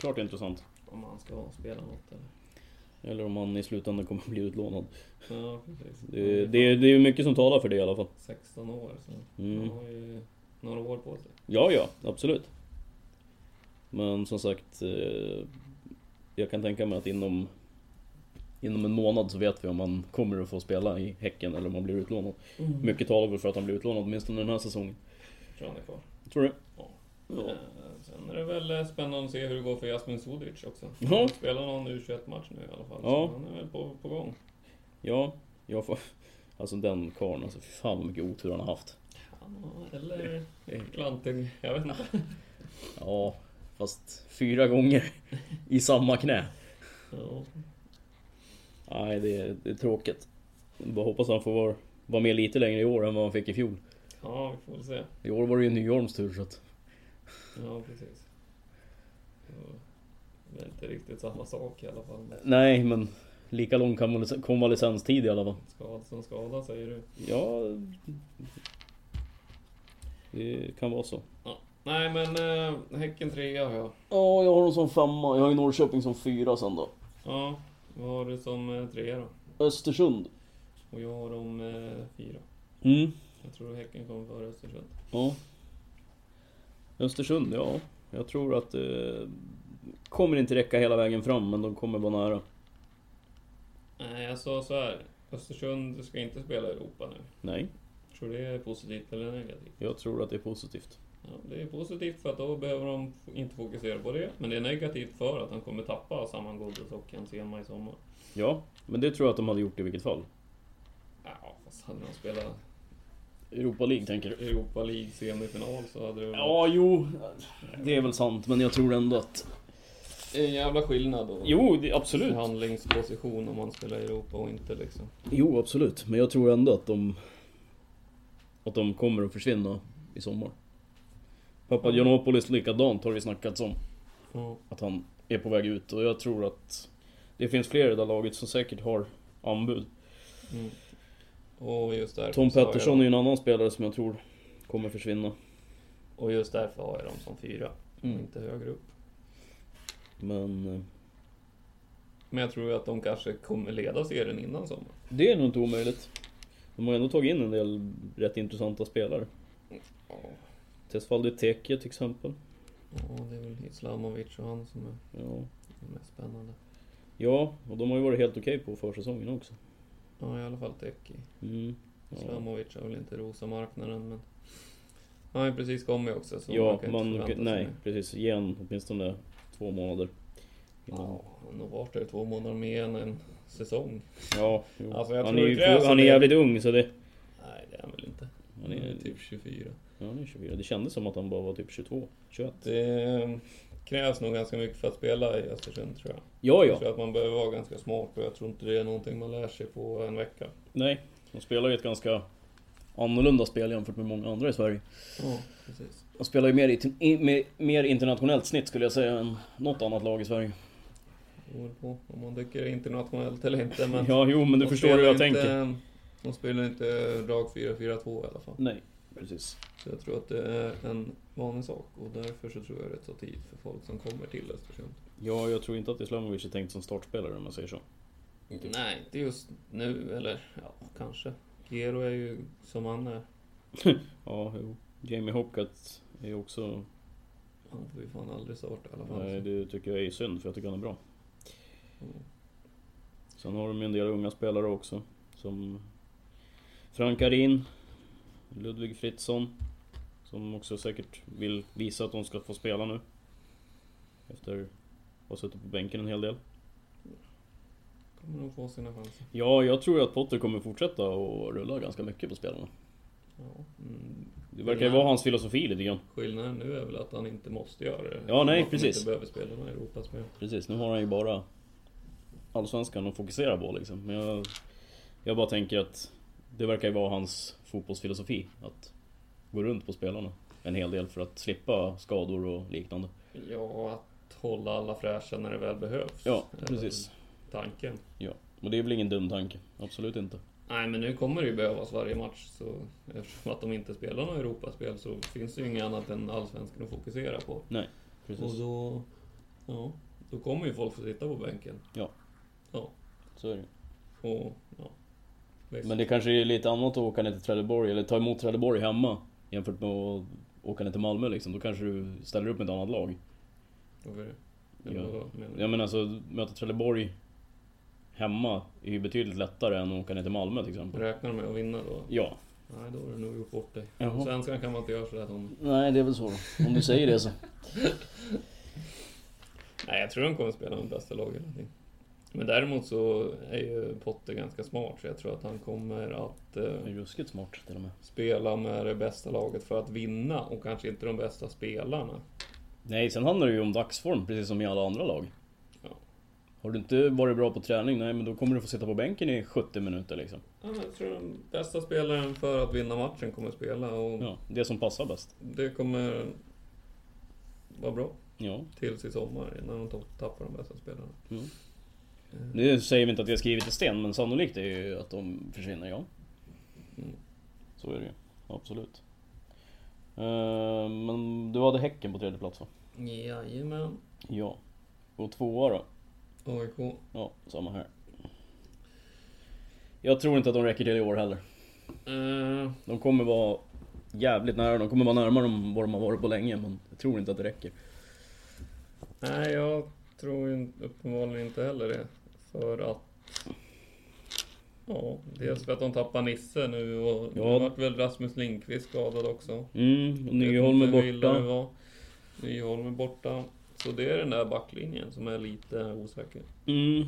Speaker 1: Klart intressant.
Speaker 2: Om han ska spela något eller?
Speaker 1: Eller om han i slutändan kommer att bli utlånad.
Speaker 2: Ja, precis.
Speaker 1: Det, det, det är ju mycket som talar för det i alla fall.
Speaker 2: 16 år, så
Speaker 1: Mm.
Speaker 2: han har ju några år på sig.
Speaker 1: Ja, ja, absolut. Men som sagt, eh, jag kan tänka mig att inom, inom en månad så vet vi om han kommer att få spela i Häcken eller om han blir utlånad. Mycket talar väl för att han blir utlånad, åtminstone den här säsongen.
Speaker 2: Tror han är kvar.
Speaker 1: Tror du?
Speaker 2: Ja.
Speaker 1: Ja.
Speaker 2: Eh, Sen är det väl eh, spännande att se hur det går för Jasmin Sudic också.
Speaker 1: Ja.
Speaker 2: Han spelar någon U21-match nu i alla fall.
Speaker 1: Ja.
Speaker 2: Så han är väl på, på gång.
Speaker 1: Ja, jag får... Alltså den karln, alltså fy fan vad mycket otur han har haft.
Speaker 2: Ja, Eller klantig, jag vet inte.
Speaker 1: Ja, fast fyra gånger i samma knä.
Speaker 2: Ja.
Speaker 1: Nej, det är, det är tråkigt. Bara hoppas han får vara, vara med lite längre i år än vad han fick i fjol.
Speaker 2: Ja, vi får väl se.
Speaker 1: I år var det ju Nyholms tur så att...
Speaker 2: Ja, precis. Ja. Det är inte riktigt samma sak i alla fall. med
Speaker 1: Nej, men lika lång konvalis- konvalescenstid i alla fall.
Speaker 2: Skad som skada, säger du.
Speaker 1: Ja... Det kan vara så.
Speaker 2: Ja. Nej, men äh, Häcken trea har jag.
Speaker 1: Ja, jag har dem som femma. Jag har ju Norrköping som fyra sen då.
Speaker 2: Ja, vad har du som eh, trea då?
Speaker 1: Östersund.
Speaker 2: Och jag har dem eh, fyra.
Speaker 1: Mm.
Speaker 2: Jag tror Häcken kommer före Östersund.
Speaker 1: Ja. Östersund, ja. Jag tror att det kommer inte räcka hela vägen fram, men de kommer vara nära.
Speaker 2: Nej, jag sa så här. Östersund ska inte spela i Europa nu.
Speaker 1: Nej,
Speaker 2: Tror det är positivt eller negativt?
Speaker 1: jag tror att det är positivt.
Speaker 2: Ja, det är positivt för att då behöver de f- inte fokusera på det. Men det är negativt för att de kommer tappa Saman Ghoddos och Enzema i sommar.
Speaker 1: Ja, men det tror jag att de hade gjort i vilket fall.
Speaker 2: Ja, fast hade de spelat
Speaker 1: Europa League tänker du?
Speaker 2: Europa League semifinal så hade det varit
Speaker 1: Ja, jo. Det är väl sant, men jag tror ändå att...
Speaker 2: en jävla skillnad då.
Speaker 1: Jo, det, absolut.
Speaker 2: Förhandlingsposition om man spelar i Europa och inte liksom.
Speaker 1: Jo, absolut. Men jag tror ändå att de... Att de kommer att försvinna i sommar. Papagiannopoulos likadant har det snackats om.
Speaker 2: Ja.
Speaker 1: Att han är på väg ut och jag tror att det finns fler i det där laget som säkert har anbud.
Speaker 2: Och just därför
Speaker 1: Tom
Speaker 2: så har
Speaker 1: Pettersson är
Speaker 2: jag,
Speaker 1: ju en annan spelare som jag tror kommer försvinna.
Speaker 2: Och just därför har jag dem som fyra.
Speaker 1: Mm.
Speaker 2: Och inte högre upp.
Speaker 1: Men eh,
Speaker 2: Men jag tror ju att de kanske kommer leda serien innan sommaren.
Speaker 1: det är nog inte omöjligt. De har ändå tagit in en del rätt intressanta spelare. Tesfaldi Teke till exempel.
Speaker 2: Ja, det är väl Islamovic och han som är
Speaker 1: Ja.
Speaker 2: det mest spännande.
Speaker 1: ja, och de har ju varit helt okej på försäsongen också.
Speaker 2: Ja, i alla fall Teki.
Speaker 1: Mm. Ja.
Speaker 2: Islamovic har väl inte rosat marknaden, men... Han har ju precis kommit också, så
Speaker 1: Ja,
Speaker 2: kan
Speaker 1: man,
Speaker 2: inte förvänta sig
Speaker 1: nej
Speaker 2: mer.
Speaker 1: precis. Ge en åtminstone två månader. Innan.
Speaker 2: Ja, han har varit där i två månader mer än en säsong.
Speaker 1: Ja, jo.
Speaker 2: Alltså, jag
Speaker 1: han, är
Speaker 2: tror
Speaker 1: ju,
Speaker 2: det krävs
Speaker 1: han är
Speaker 2: en del.
Speaker 1: jävligt ung så det...
Speaker 2: Nej, det är han väl inte.
Speaker 1: Han är,
Speaker 2: typ 24.
Speaker 1: ja, han är 24. Det kändes som att han bara var typ 22, 21.
Speaker 2: Det eh, krävs nog ganska mycket för att spela i Östersund tror jag.
Speaker 1: Ja,
Speaker 2: Jag tror
Speaker 1: ja.
Speaker 2: att man behöver vara ganska smart och jag tror inte det är någonting man lär sig på en vecka.
Speaker 1: Nej, de spelar ju ett ganska annorlunda spel jämfört med många andra i Sverige.
Speaker 2: Ja, precis.
Speaker 1: De spelar ju mer, i- i- mer, mer internationellt snitt skulle jag säga än något annat lag i Sverige.
Speaker 2: Det beror på om man tycker det är internationellt eller inte. Men
Speaker 1: Ja, jo, men du
Speaker 2: de
Speaker 1: förstår hur jag
Speaker 2: spelar inte-
Speaker 1: tänker.
Speaker 2: De spelar inte drag 4-4-2 i alla fall.
Speaker 1: Nej, precis.
Speaker 2: Så jag tror att det är en vanlig sak och därför så tror jag det tar tid för folk som kommer till Östersund.
Speaker 1: Ja, jag tror inte att Islamovic är tänkt som startspelare om man säger så.
Speaker 2: Nej, inte just nu eller ja, kanske. Gero är ju som han är.
Speaker 1: Ja, jo. Jamie Hopcott är också...
Speaker 2: Han får ju fan aldrig starta i alla fall.
Speaker 1: Nej, det tycker jag är synd för jag tycker han är bra.
Speaker 2: Mm.
Speaker 1: Sen har de ju en del unga spelare också. Som Frank Karin, Ludvig Fritzson. Som också säkert vill visa att de ska få spela nu. Efter att ha suttit på bänken en hel del.
Speaker 2: Kommer de få sina chanser?
Speaker 1: Ja, jag tror att Potter kommer fortsätta och rulla ganska mycket på spelarna.
Speaker 2: Ja. Mm.
Speaker 1: Det verkar ju vara hans filosofi lite grann.
Speaker 2: Skillnaden nu är väl att han inte måste göra det.
Speaker 1: Ja, nej,
Speaker 2: Att han
Speaker 1: precis.
Speaker 2: inte behöver spela med Europaspel.
Speaker 1: Precis, nu har han ju bara Allsvenskan att fokusera på liksom. Men jag, jag bara tänker att det verkar ju vara hans fotbollsfilosofi. Att gå runt på spelarna en hel del för att slippa skador och liknande.
Speaker 2: Ja, att hålla alla fräscha när det väl behövs.
Speaker 1: Ja,
Speaker 2: är väl
Speaker 1: precis.
Speaker 2: Tanken.
Speaker 1: Ja. Och det är väl ingen dum tanke. Absolut inte.
Speaker 2: Nej, men nu kommer det ju behövas varje match. Så eftersom att de inte spelar något Europaspel så finns det ju inget annat än Allsvenskan att fokusera på.
Speaker 1: Nej,
Speaker 2: Och
Speaker 1: precis.
Speaker 2: då... Ja, då kommer ju folk få sitta på bänken.
Speaker 1: Ja.
Speaker 2: Ja,
Speaker 1: Så är det.
Speaker 2: och... Ja. Visst.
Speaker 1: Men det kanske är lite annat att åka ner till Trelleborg, eller ta emot Trelleborg hemma. Jämfört med att åka ner till Malmö liksom. Då kanske du ställer upp med ett annat lag.
Speaker 2: Varför det?
Speaker 1: Ja.
Speaker 2: Eller vad menar du?
Speaker 1: Ja men alltså, möta Trelleborg hemma är ju betydligt lättare än att åka ner till Malmö till exempel.
Speaker 2: Räknar de med att vinna då?
Speaker 1: Ja.
Speaker 2: Nej, då har du nog gjort bort dig.
Speaker 1: Jaha.
Speaker 2: Svenskan kan man inte göra sådär Tommy.
Speaker 1: Nej, det är väl så då. Om du säger det så.
Speaker 2: Nej, jag tror de kommer spela med bästa lag eller någonting. Men däremot så är ju Potter ganska smart, så jag tror att han kommer att eh,
Speaker 1: Ruskigt smart till och med.
Speaker 2: spela med det bästa laget för att vinna och kanske inte de bästa spelarna.
Speaker 1: Nej, sen handlar det ju om dagsform, precis som i alla andra lag.
Speaker 2: Ja.
Speaker 1: Har du inte varit bra på träning, nej men då kommer du få sitta på bänken i 70 minuter liksom.
Speaker 2: Ja, men jag tror den bästa spelaren för att vinna matchen kommer spela och
Speaker 1: Ja, det som passar bäst.
Speaker 2: det kommer vara bra
Speaker 1: Ja.
Speaker 2: tills i sommar innan de to- tappar de bästa spelarna.
Speaker 1: Nu säger vi inte att vi har skrivit i sten, men sannolikt är ju att de försvinner, ja. Så är det ju. Absolut. Eh, Men du hade Häcken på tredje plats va?
Speaker 2: Jajamän.
Speaker 1: Ja. Och tvåa då?
Speaker 2: AIK.
Speaker 1: Ja, samma här. Jag tror inte att de räcker till i år heller.
Speaker 2: Eh,
Speaker 1: De kommer vara jävligt nära, de kommer vara närmare än vad de har varit på länge, men jag tror inte att det räcker.
Speaker 2: Nej, jag tror in- uppenbarligen inte heller det. För att... Ja, dels för att de tappar Nisse nu och
Speaker 1: Ja.
Speaker 2: nu vart väl Rasmus Lindqvist skadad också.
Speaker 1: Mm, och
Speaker 2: Vet
Speaker 1: Nyholm är
Speaker 2: inte hur illa det
Speaker 1: borta.
Speaker 2: var. Nyholm är borta. Så det är den där backlinjen som är lite osäker.
Speaker 1: Mm,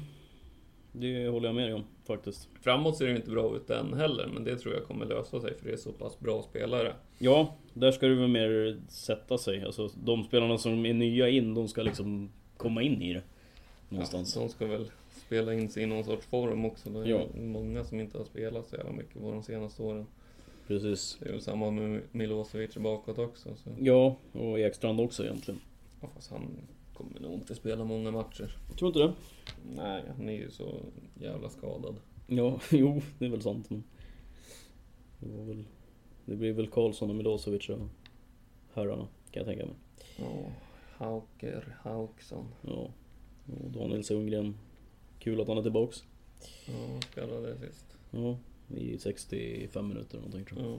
Speaker 1: det håller jag med dig om faktiskt.
Speaker 2: Framåt ser det inte bra ut än heller, men det tror jag kommer lösa sig för det är så pass bra spelare.
Speaker 1: Ja, där ska det väl mer sätta sig. Alltså de spelarna som är nya in, de ska liksom komma in i det. Någonstans.
Speaker 2: Ja, de ska väl spela in sig i någon sorts form också. Det är
Speaker 1: Ja.
Speaker 2: många som inte har spelat så jävla mycket på de senaste åren.
Speaker 1: Precis.
Speaker 2: Det är väl samma med Milosevic bakåt också. Så.
Speaker 1: Ja, och Ekstrand också egentligen.
Speaker 2: Ja, fast han kommer nog inte spela många matcher.
Speaker 1: Jag tror inte det.
Speaker 2: Nej, han är ju så jävla skadad.
Speaker 1: Ja, (laughs) jo, det är väl sant men... Det, var väl... det blir väl Karlsson och Milosevic och herrarna, kan jag tänka mig.
Speaker 2: Ja, Hauker Hauksson.
Speaker 1: Ja. Och Daniel Sundgren. Kul att han är tillbaks.
Speaker 2: Ja, han spelade sist.
Speaker 1: Ja, i 65 minuter eller någonting tror jag.
Speaker 2: Ja,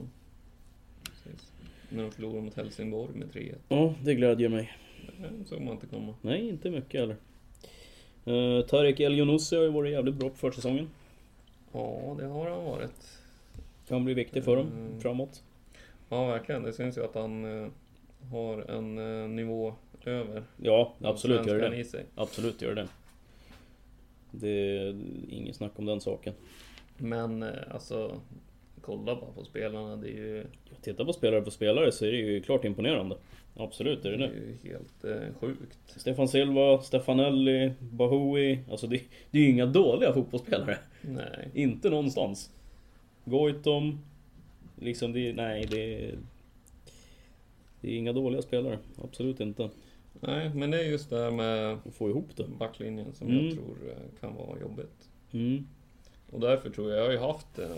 Speaker 2: precis. När de förlorade mot Helsingborg med 3-1.
Speaker 1: Ja, det glädjer mig.
Speaker 2: Det såg man inte komma.
Speaker 1: Nej, inte mycket heller. Uh, Tarek El Younoussi har ju varit jävligt bra på försäsongen.
Speaker 2: Ja, det har han varit.
Speaker 1: Kan bli viktig för dem
Speaker 2: Mm.
Speaker 1: framåt.
Speaker 2: Ja, verkligen. Det syns ju att han eh, har en eh, nivå över
Speaker 1: Ja, absolut gör det
Speaker 2: svenskan
Speaker 1: det.
Speaker 2: i sig.
Speaker 1: Absolut gör det Det är inget snack om den saken.
Speaker 2: Men eh, alltså, kolla bara på spelarna. Det är ju,
Speaker 1: Titta på spelare på spelare så är det ju klart imponerande. Absolut är det
Speaker 2: det är
Speaker 1: det.
Speaker 2: ju helt eh, sjukt.
Speaker 1: Stefan Silva, Stefanelli, Bahoui. Alltså det, det är ju inga dåliga fotbollsspelare. (laughs)
Speaker 2: Nej.
Speaker 1: Inte någonstans. Goitom. Liksom det, nej det... Det är inga dåliga spelare. Absolut inte.
Speaker 2: Nej, men det är just det här med
Speaker 1: Att få ihop det.
Speaker 2: backlinjen som
Speaker 1: Mm.
Speaker 2: jag tror eh, kan vara jobbigt.
Speaker 1: Mm.
Speaker 2: Och därför tror jag, jag har ju haft eh,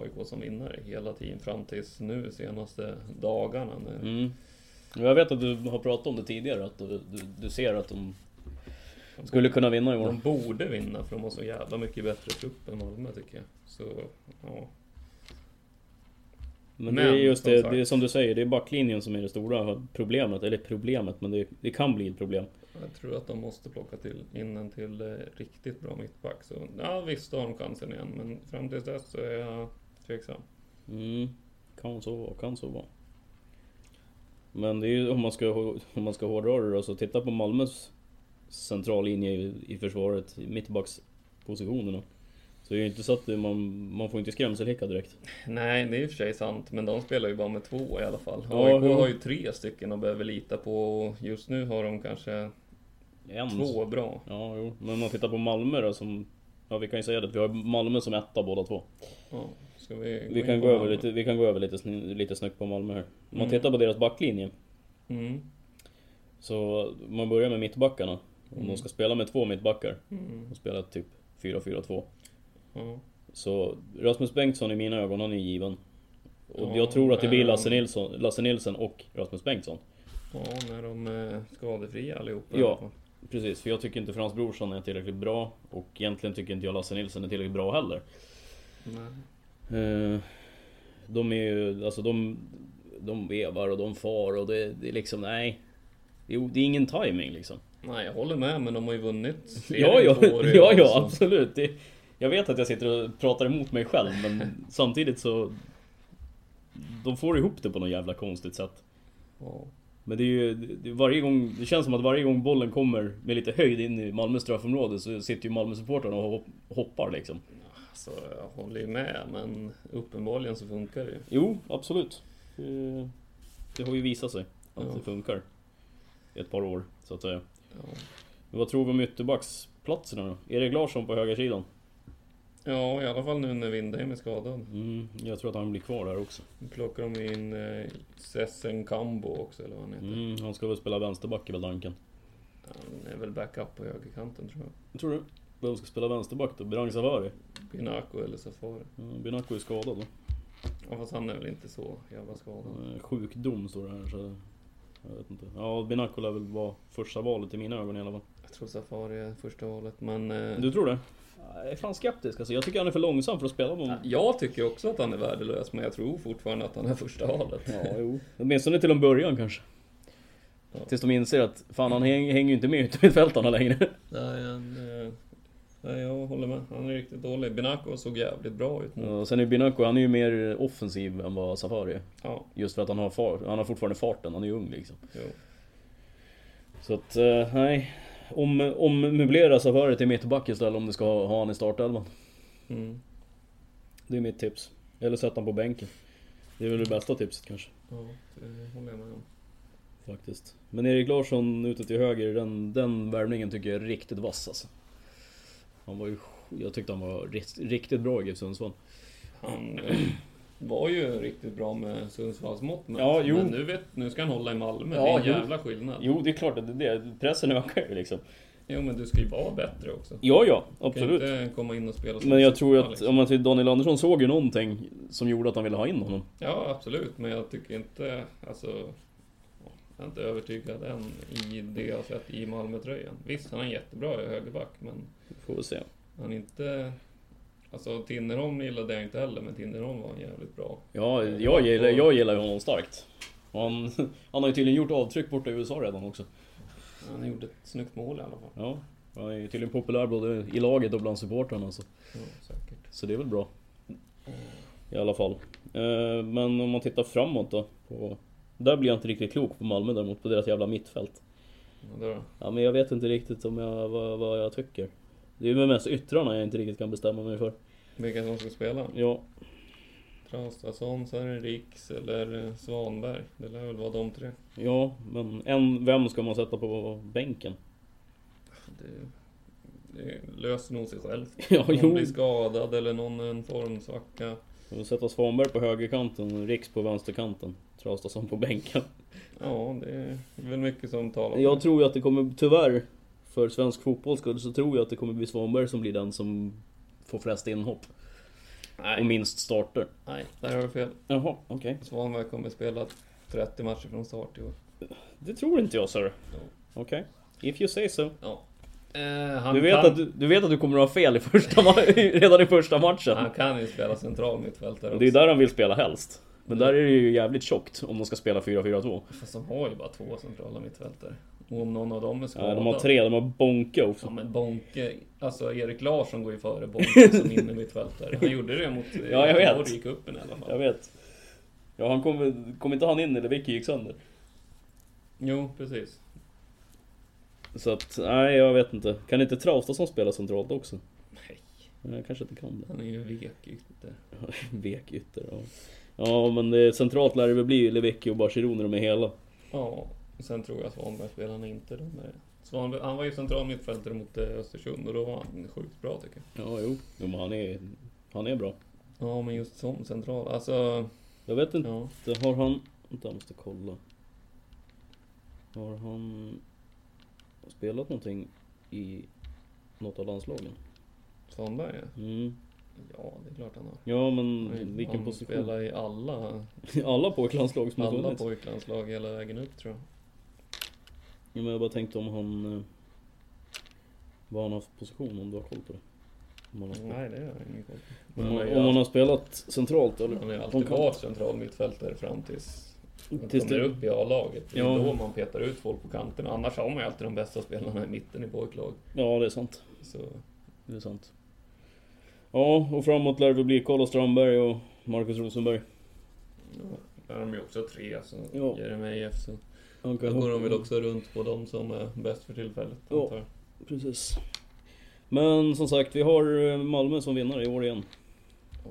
Speaker 2: AIK som vinnare hela tiden fram tills nu senaste dagarna. När,
Speaker 1: Mm. Och Jag vet att du har pratat om det tidigare, att du, du, du ser att de skulle kunna vinna i år.
Speaker 2: De borde vinna för de har så jävla mycket bättre trupp än Malmö tycker jag. Så, ja.
Speaker 1: Men, det
Speaker 2: Men,
Speaker 1: är just
Speaker 2: som
Speaker 1: det,
Speaker 2: sagt.
Speaker 1: det är som du säger, det är backlinjen som är det stora problemet. Eller problemet, men det, det kan bli ett problem.
Speaker 2: Jag tror att de måste plocka till, in en till eh, riktigt bra mittback. Så ja, visst har de chansen igen, men fram tills dess så är jag tveksam.
Speaker 1: Mm. Kan så vara, kan så vara. Men det är ju om man ska, hå- om man ska hårdra det då, så titta på Malmös centrallinje i, i försvaret, i mittbackspositionerna. Så det är ju inte så att det- man, man får inte skrämselhicka direkt.
Speaker 2: Nej, det är i och för sig sant, men de spelar ju bara med två i alla fall.
Speaker 1: Ja,
Speaker 2: AIK
Speaker 1: jo.
Speaker 2: har ju tre stycken och behöver lita på och just nu har de kanske
Speaker 1: Mm. En
Speaker 2: två bra.
Speaker 1: Ja, jo. Men om man tittar på Malmö då som... Ja, vi kan ju säga det att vi har Malmö som etta båda två.
Speaker 2: Ja, ska vi
Speaker 1: Vi
Speaker 2: in
Speaker 1: kan
Speaker 2: på
Speaker 1: gå över
Speaker 2: Malmö?
Speaker 1: lite, vi kan gå över lite, sn- lite snyggt på Malmö här. Om man
Speaker 2: Mm.
Speaker 1: tittar på deras backlinje.
Speaker 2: Mm.
Speaker 1: Så om man börjar med mittbackarna. Om
Speaker 2: Mm.
Speaker 1: de ska spela med två mittbackar
Speaker 2: Mm.
Speaker 1: och spela typ 4-4-2.
Speaker 2: Ja.
Speaker 1: Så Rasmus Bengtsson i mina ögon, han är given. Och
Speaker 2: Ja,
Speaker 1: jag tror att det blir
Speaker 2: men-
Speaker 1: Lasse Nilsson, Lasse Nilsson och Rasmus Bengtsson.
Speaker 2: ja, när de är skadefria allihopa.
Speaker 1: Ja. Precis, för jag tycker inte Frans Brorsson är tillräckligt bra. Och egentligen tycker inte jag Lasse Nilsson är tillräckligt bra heller.
Speaker 2: Nej.
Speaker 1: Eh, De är ju, alltså de, de vevar och de far och det, det är liksom, nej. Det är, det är ingen timing liksom.
Speaker 2: Nej, jag håller med, men de har ju vunnit
Speaker 1: (laughs)
Speaker 2: serien
Speaker 1: Ja, ja,
Speaker 2: två år i
Speaker 1: ja,
Speaker 2: rad,
Speaker 1: ja
Speaker 2: så-
Speaker 1: absolut. Det, jag vet att jag sitter och pratar emot mig själv men (laughs) samtidigt så... De får ihop det på något jävla konstigt sätt.
Speaker 2: Ja.
Speaker 1: Men det är ju, det, varje gång, det känns som att varje gång bollen kommer med lite höjd in i Malmös straffområde så sitter ju Malmö-supportrarna och hop- hoppar liksom.
Speaker 2: Alltså, jag håller ju med, men uppenbarligen så funkar det ju.
Speaker 1: Jo, absolut. Eh, Det har ju visat sig att
Speaker 2: Ja.
Speaker 1: det funkar. I ett par år, så att säga.
Speaker 2: Ja.
Speaker 1: Men Vad tror vi om ytterbacksplatserna då? Erik Larsson på högersidan?
Speaker 2: ja, i alla fall nu när Windheim är skadad.
Speaker 1: Mm, jag tror att han blir kvar där också.
Speaker 2: Nu plockar de in eh, Sessen Kambo också, eller vad han heter.
Speaker 1: Mm, han ska väl spela vänsterback i väl tanken.
Speaker 2: Han är väl backup på högerkanten, tror jag.
Speaker 1: Tror du? Vem ska spela vänsterback då? Birang Savary?
Speaker 2: Pinako eller Safari.
Speaker 1: Mm, Binako är skadad då.
Speaker 2: Ja, fast han är väl inte så jävla skadad.
Speaker 1: Eh, Sjukdom står det här så... Jag vet inte. Ja, Binako lär väl vara första valet i mina ögon i alla fall.
Speaker 2: Jag tror Safari är första valet, men... Eh,
Speaker 1: Du tror det? Jag är fan skeptisk alltså. Jag tycker han är för långsam för att spela på...
Speaker 2: Jag tycker också att han är värdelös, men jag tror fortfarande att han är första valet.
Speaker 1: Ja, jo. Åtminstone till en början kanske.
Speaker 2: Ja.
Speaker 1: Tills de inser att fan han häng, hänger ju inte med i yttermittfältarna längre.
Speaker 2: Nej, han, eh, nej, jag håller med. Han är riktigt dålig. Benako såg jävligt bra ut. mot-
Speaker 1: Och sen är Binako, han är ju mer offensiv än vad Safari är.
Speaker 2: Ja,
Speaker 1: Just för att han har, far, han har fortfarande farten, han är ju ung liksom.
Speaker 2: jo.
Speaker 1: Så att, eh, nej. Om, om möblera Safari till mittback istället om du ska ha, ha han i startelvan.
Speaker 2: Mm.
Speaker 1: Det är mitt tips. Eller sätt han på bänken. Det är väl det bästa tipset kanske.
Speaker 2: Ja, det håller jag med om.
Speaker 1: Faktiskt. Men Erik Larsson ute till höger, den, den värvningen tycker jag är riktigt vass alltså. Han var ju, jag tyckte han var ri- riktigt bra i GIF Sundsvall.
Speaker 2: Han eh, var ju riktigt bra med Sundsvalls mått mätt,
Speaker 1: Ja, jo.
Speaker 2: men nu, vet, nu ska han hålla i Malmö. det
Speaker 1: Ja,
Speaker 2: är en
Speaker 1: jo.
Speaker 2: jävla skillnad. Jo.
Speaker 1: Jo, det är klart att det är det. Pressen ökar ju liksom.
Speaker 2: men du ska ju vara bättre också.
Speaker 1: Ja, ja,
Speaker 2: Du kan
Speaker 1: absolut.
Speaker 2: inte komma in och spela som
Speaker 1: Men jag
Speaker 2: sista,
Speaker 1: tror att,
Speaker 2: liksom.
Speaker 1: om man till Daniel Andersson såg ju någonting som gjorde att han ville ha in honom.
Speaker 2: Ja, absolut, men jag tycker inte... Alltså... Jag är inte övertygad än i det jag har sett i Malmö-tröjan. Visst, han är jättebra i högerback, men
Speaker 1: Får vi se.
Speaker 2: Han är inte... Alltså Tinnerholm gillade jag inte heller, men Tinnerholm var en jävligt bra.
Speaker 1: Ja, jag gillar, jag gillar ju honom starkt. Och han, (laughs) han har ju tydligen gjort avtryck borta i USA redan också.
Speaker 2: Han gjorde ett snyggt mål i alla fall.
Speaker 1: Ja, han är ju tydligen populär både i laget och bland supportrarna. Så,
Speaker 2: Ja, säkert.
Speaker 1: så det är väl bra. I alla fall. Eh, Men om man tittar framåt då. På, där blir jag inte riktigt klok på Malmö däremot, på deras jävla mittfält.
Speaker 2: Ja, då.
Speaker 1: Ja, men jag vet inte riktigt om jag, vad, vad jag tycker. Det är väl mest yttrarna jag inte riktigt kan bestämma mig för.
Speaker 2: Vilka som ska spela?
Speaker 1: Ja,
Speaker 2: Traustason, sen Riks eller Svanberg. Det lär väl vara de tre.
Speaker 1: ja men en, vem ska man sätta på bänken? (laughs)
Speaker 2: Det, det löser nog sig självt.
Speaker 1: Ja,
Speaker 2: Någon
Speaker 1: jo.
Speaker 2: blir skadad eller någon är en formsvacka.
Speaker 1: Vi sätta Svanberg på högerkanten, Riks på vänsterkanten, Traustason på bänken.
Speaker 2: Ja, det är väl mycket som talar för
Speaker 1: Jag
Speaker 2: det.
Speaker 1: tror ju att det kommer, tyvärr, för svensk fotbolls skull så tror jag att det kommer bli Svanberg som blir den som får flest inhopp och
Speaker 2: Nej,
Speaker 1: minst starter.
Speaker 2: nej, där har du fel.
Speaker 1: Jaha, okej.
Speaker 2: Svanberg kommer spela 30 matcher från start i år.
Speaker 1: Det tror inte jag sir. Okej. If you say so.
Speaker 2: Ja. Eh, han,
Speaker 1: Du vet,
Speaker 2: kan,
Speaker 1: att du, du vet att du kommer att ha fel i första ma- (laughs) redan i första matchen.
Speaker 2: han kan ju spela central mittfältare
Speaker 1: Det är
Speaker 2: också.
Speaker 1: där han vill spela helst. Men där är det ju jävligt tjockt om de ska spela 4-4-2.
Speaker 2: Fast de har ju bara två centrala mittfältare. Och om någon av dem är
Speaker 1: Ja,
Speaker 2: skadad.
Speaker 1: de har tre, de har Bonke
Speaker 2: Ja
Speaker 1: också.
Speaker 2: men Bonke, alltså Erik Larsson går ju
Speaker 1: (laughs)
Speaker 2: före Bonke som innermittfältare. Han gjorde det mot eh,
Speaker 1: Ja, jag vet.
Speaker 2: Göteborg i cupen i alla fall.
Speaker 1: Jag vet. Ja, han kom, kom inte han in eller Vicky gick sönder?
Speaker 2: Jo, precis.
Speaker 1: Så att, nej jag vet inte. Kan inte Traustason spela centralt också?
Speaker 2: Nej.
Speaker 1: Men Jag kanske inte kan det. (laughs)
Speaker 2: Han är ju vek ytter.
Speaker 1: Vek ytter, ja. Ja men det, centralt lär det väl bli Levicki och Barcelona när de är hela.
Speaker 2: Ja, och sen tror jag att Svanberg spelar han inte då med det. Svanberg, han var ju central mittfältare mot eh, Östersund och då var han sjukt bra tycker jag.
Speaker 1: Ja jo. jo men han är, han är bra.
Speaker 2: Ja, men just som central. Alltså,
Speaker 1: Jag vet inte,
Speaker 2: ja.
Speaker 1: har han... Vänta jag måste kolla. Har han spelat någonting i något av landslagen?
Speaker 2: Svanberg ja.
Speaker 1: Mm.
Speaker 2: Ja, det är klart han har.
Speaker 1: Ja men Mm, vilken
Speaker 2: han
Speaker 1: position?
Speaker 2: spelar i alla,
Speaker 1: (laughs) Alla pojklandslag som har
Speaker 2: alla
Speaker 1: funnits.
Speaker 2: pojklandslag hela vägen upp tror jag.
Speaker 1: Ja, men jag bara tänkte om han... eh, Vad han har för position, om du har koll på det? Om han har,
Speaker 2: Nej, det har jag ingen koll på.
Speaker 1: Mm. om han,
Speaker 2: Men han
Speaker 1: om han
Speaker 2: har
Speaker 1: har spelat centralt eller?
Speaker 2: han har ju
Speaker 1: på en
Speaker 2: alltid
Speaker 1: kant?
Speaker 2: varit central mittfältare fram tills han
Speaker 1: Tills
Speaker 2: kommer
Speaker 1: det-
Speaker 2: upp i A-laget. Det är
Speaker 1: Ja.
Speaker 2: då man petar ut folk på kanterna. Annars har man ju alltid de bästa spelarna i mitten i pojklag.
Speaker 1: Ja det är sant.
Speaker 2: Så
Speaker 1: Det är sant. Ja och framåt lär det väl bli Karl Strandberg och Marcus Rosenberg.
Speaker 2: ja, där har de ju också tre, så
Speaker 1: Ja.
Speaker 2: Jeremejeff. Så
Speaker 1: Han
Speaker 2: då
Speaker 1: kan
Speaker 2: går de
Speaker 1: hoppa-
Speaker 2: väl också runt på de som är bäst för tillfället.
Speaker 1: Ja.
Speaker 2: antar jag.
Speaker 1: Precis. Men som sagt, vi har eh, Malmö som vinnare i år igen.
Speaker 2: Ja.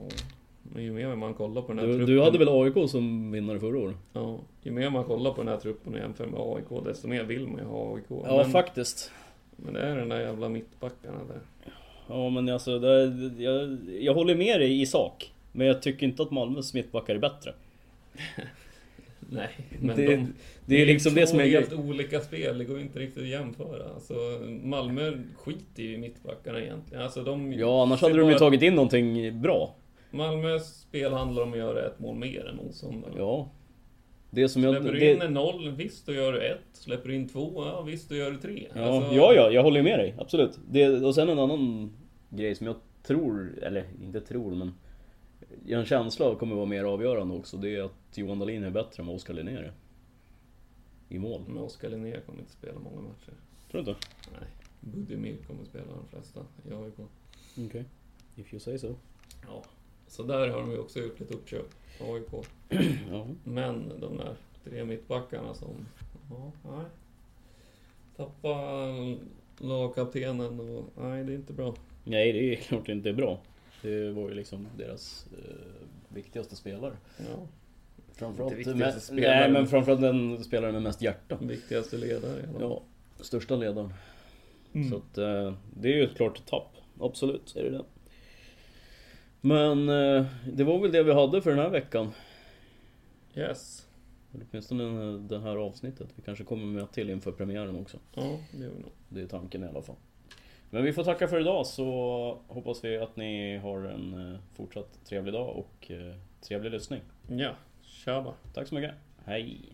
Speaker 2: Men ju mer man kollar på den här
Speaker 1: Du,
Speaker 2: truppen...
Speaker 1: du hade väl AIK som vinnare förra året?
Speaker 2: Ja, ju mer man kollar på den här truppen och jämför med AIK, desto mer vill man ju ha AIK.
Speaker 1: Ja,
Speaker 2: men,
Speaker 1: faktiskt.
Speaker 2: men det är den där jävla mittbackarna där.
Speaker 1: Ja, men alltså, det, jag, jag håller med dig i sak. Men jag tycker inte att Malmös mittbackar är bättre.
Speaker 2: Nej, men
Speaker 1: det,
Speaker 2: de...
Speaker 1: det är liksom
Speaker 2: två
Speaker 1: det som är
Speaker 2: helt
Speaker 1: grejen.
Speaker 2: olika spel, det går inte riktigt att jämföra. Alltså, Malmö skiter ju i mittbackarna egentligen. Alltså, de
Speaker 1: Ja, annars
Speaker 2: ser
Speaker 1: hade de ju
Speaker 2: bara-
Speaker 1: tagit in någonting bra.
Speaker 2: Malmös spel handlar om att göra ett mål mer än motståndaren.
Speaker 1: Ja. Det som jag...
Speaker 2: Släpper du in
Speaker 1: Det,
Speaker 2: en noll, visst då gör du ett. Släpper du in två, ja visst då gör du tre.
Speaker 1: ja,
Speaker 2: Alltså,
Speaker 1: ja, ja, jag håller med dig. Absolut. Det, och sen en annan grej som jag tror, eller inte tror, men... Jag har en känsla av kommer vara mer avgörande också. Det är att Johan Dahlin är bättre än vad Oskar Linnér är. I mål.
Speaker 2: Men Oskar Linnér kommer inte spela många matcher.
Speaker 1: Tror du inte?
Speaker 2: Nej. Budimir kommer spela de flesta i AIK.
Speaker 1: Okej. If you say so.
Speaker 2: Ja. Så där har de ju också gjort ett uppköp, AIK.
Speaker 1: Ja.
Speaker 2: Men de där tre mittbackarna som... Ja, nej. Tappa eh, lagkaptenen och... Nej, det är inte bra.
Speaker 1: Nej, det är (laughs) klart det inte är bra. Det var ju liksom deras eh, viktigaste spelare.
Speaker 2: Ja.
Speaker 1: Framförallt,
Speaker 2: Inte
Speaker 1: men,
Speaker 2: viktigaste spelaren.
Speaker 1: Nej, men framförallt den spelaren med mest hjärta.
Speaker 2: Viktigaste ledare i alla fall.
Speaker 1: Ja, största ledaren.
Speaker 2: Mm.
Speaker 1: Så att, eh, det är ju ett klart tapp. Absolut, är det det. Men eh, det var väl det vi hade för den här veckan.
Speaker 2: Yes.
Speaker 1: Eller Åtminstone den- det här avsnittet. Vi kanske kommer med ett till inför premiären också.
Speaker 2: Ja, det gör vi nog.
Speaker 1: Det är tanken i alla fall. Men vi får tacka för idag så hoppas vi att ni har en eh, fortsatt trevlig dag och eh, trevlig lyssning.
Speaker 2: Ja, tja bara.
Speaker 1: Tack så mycket. Hej!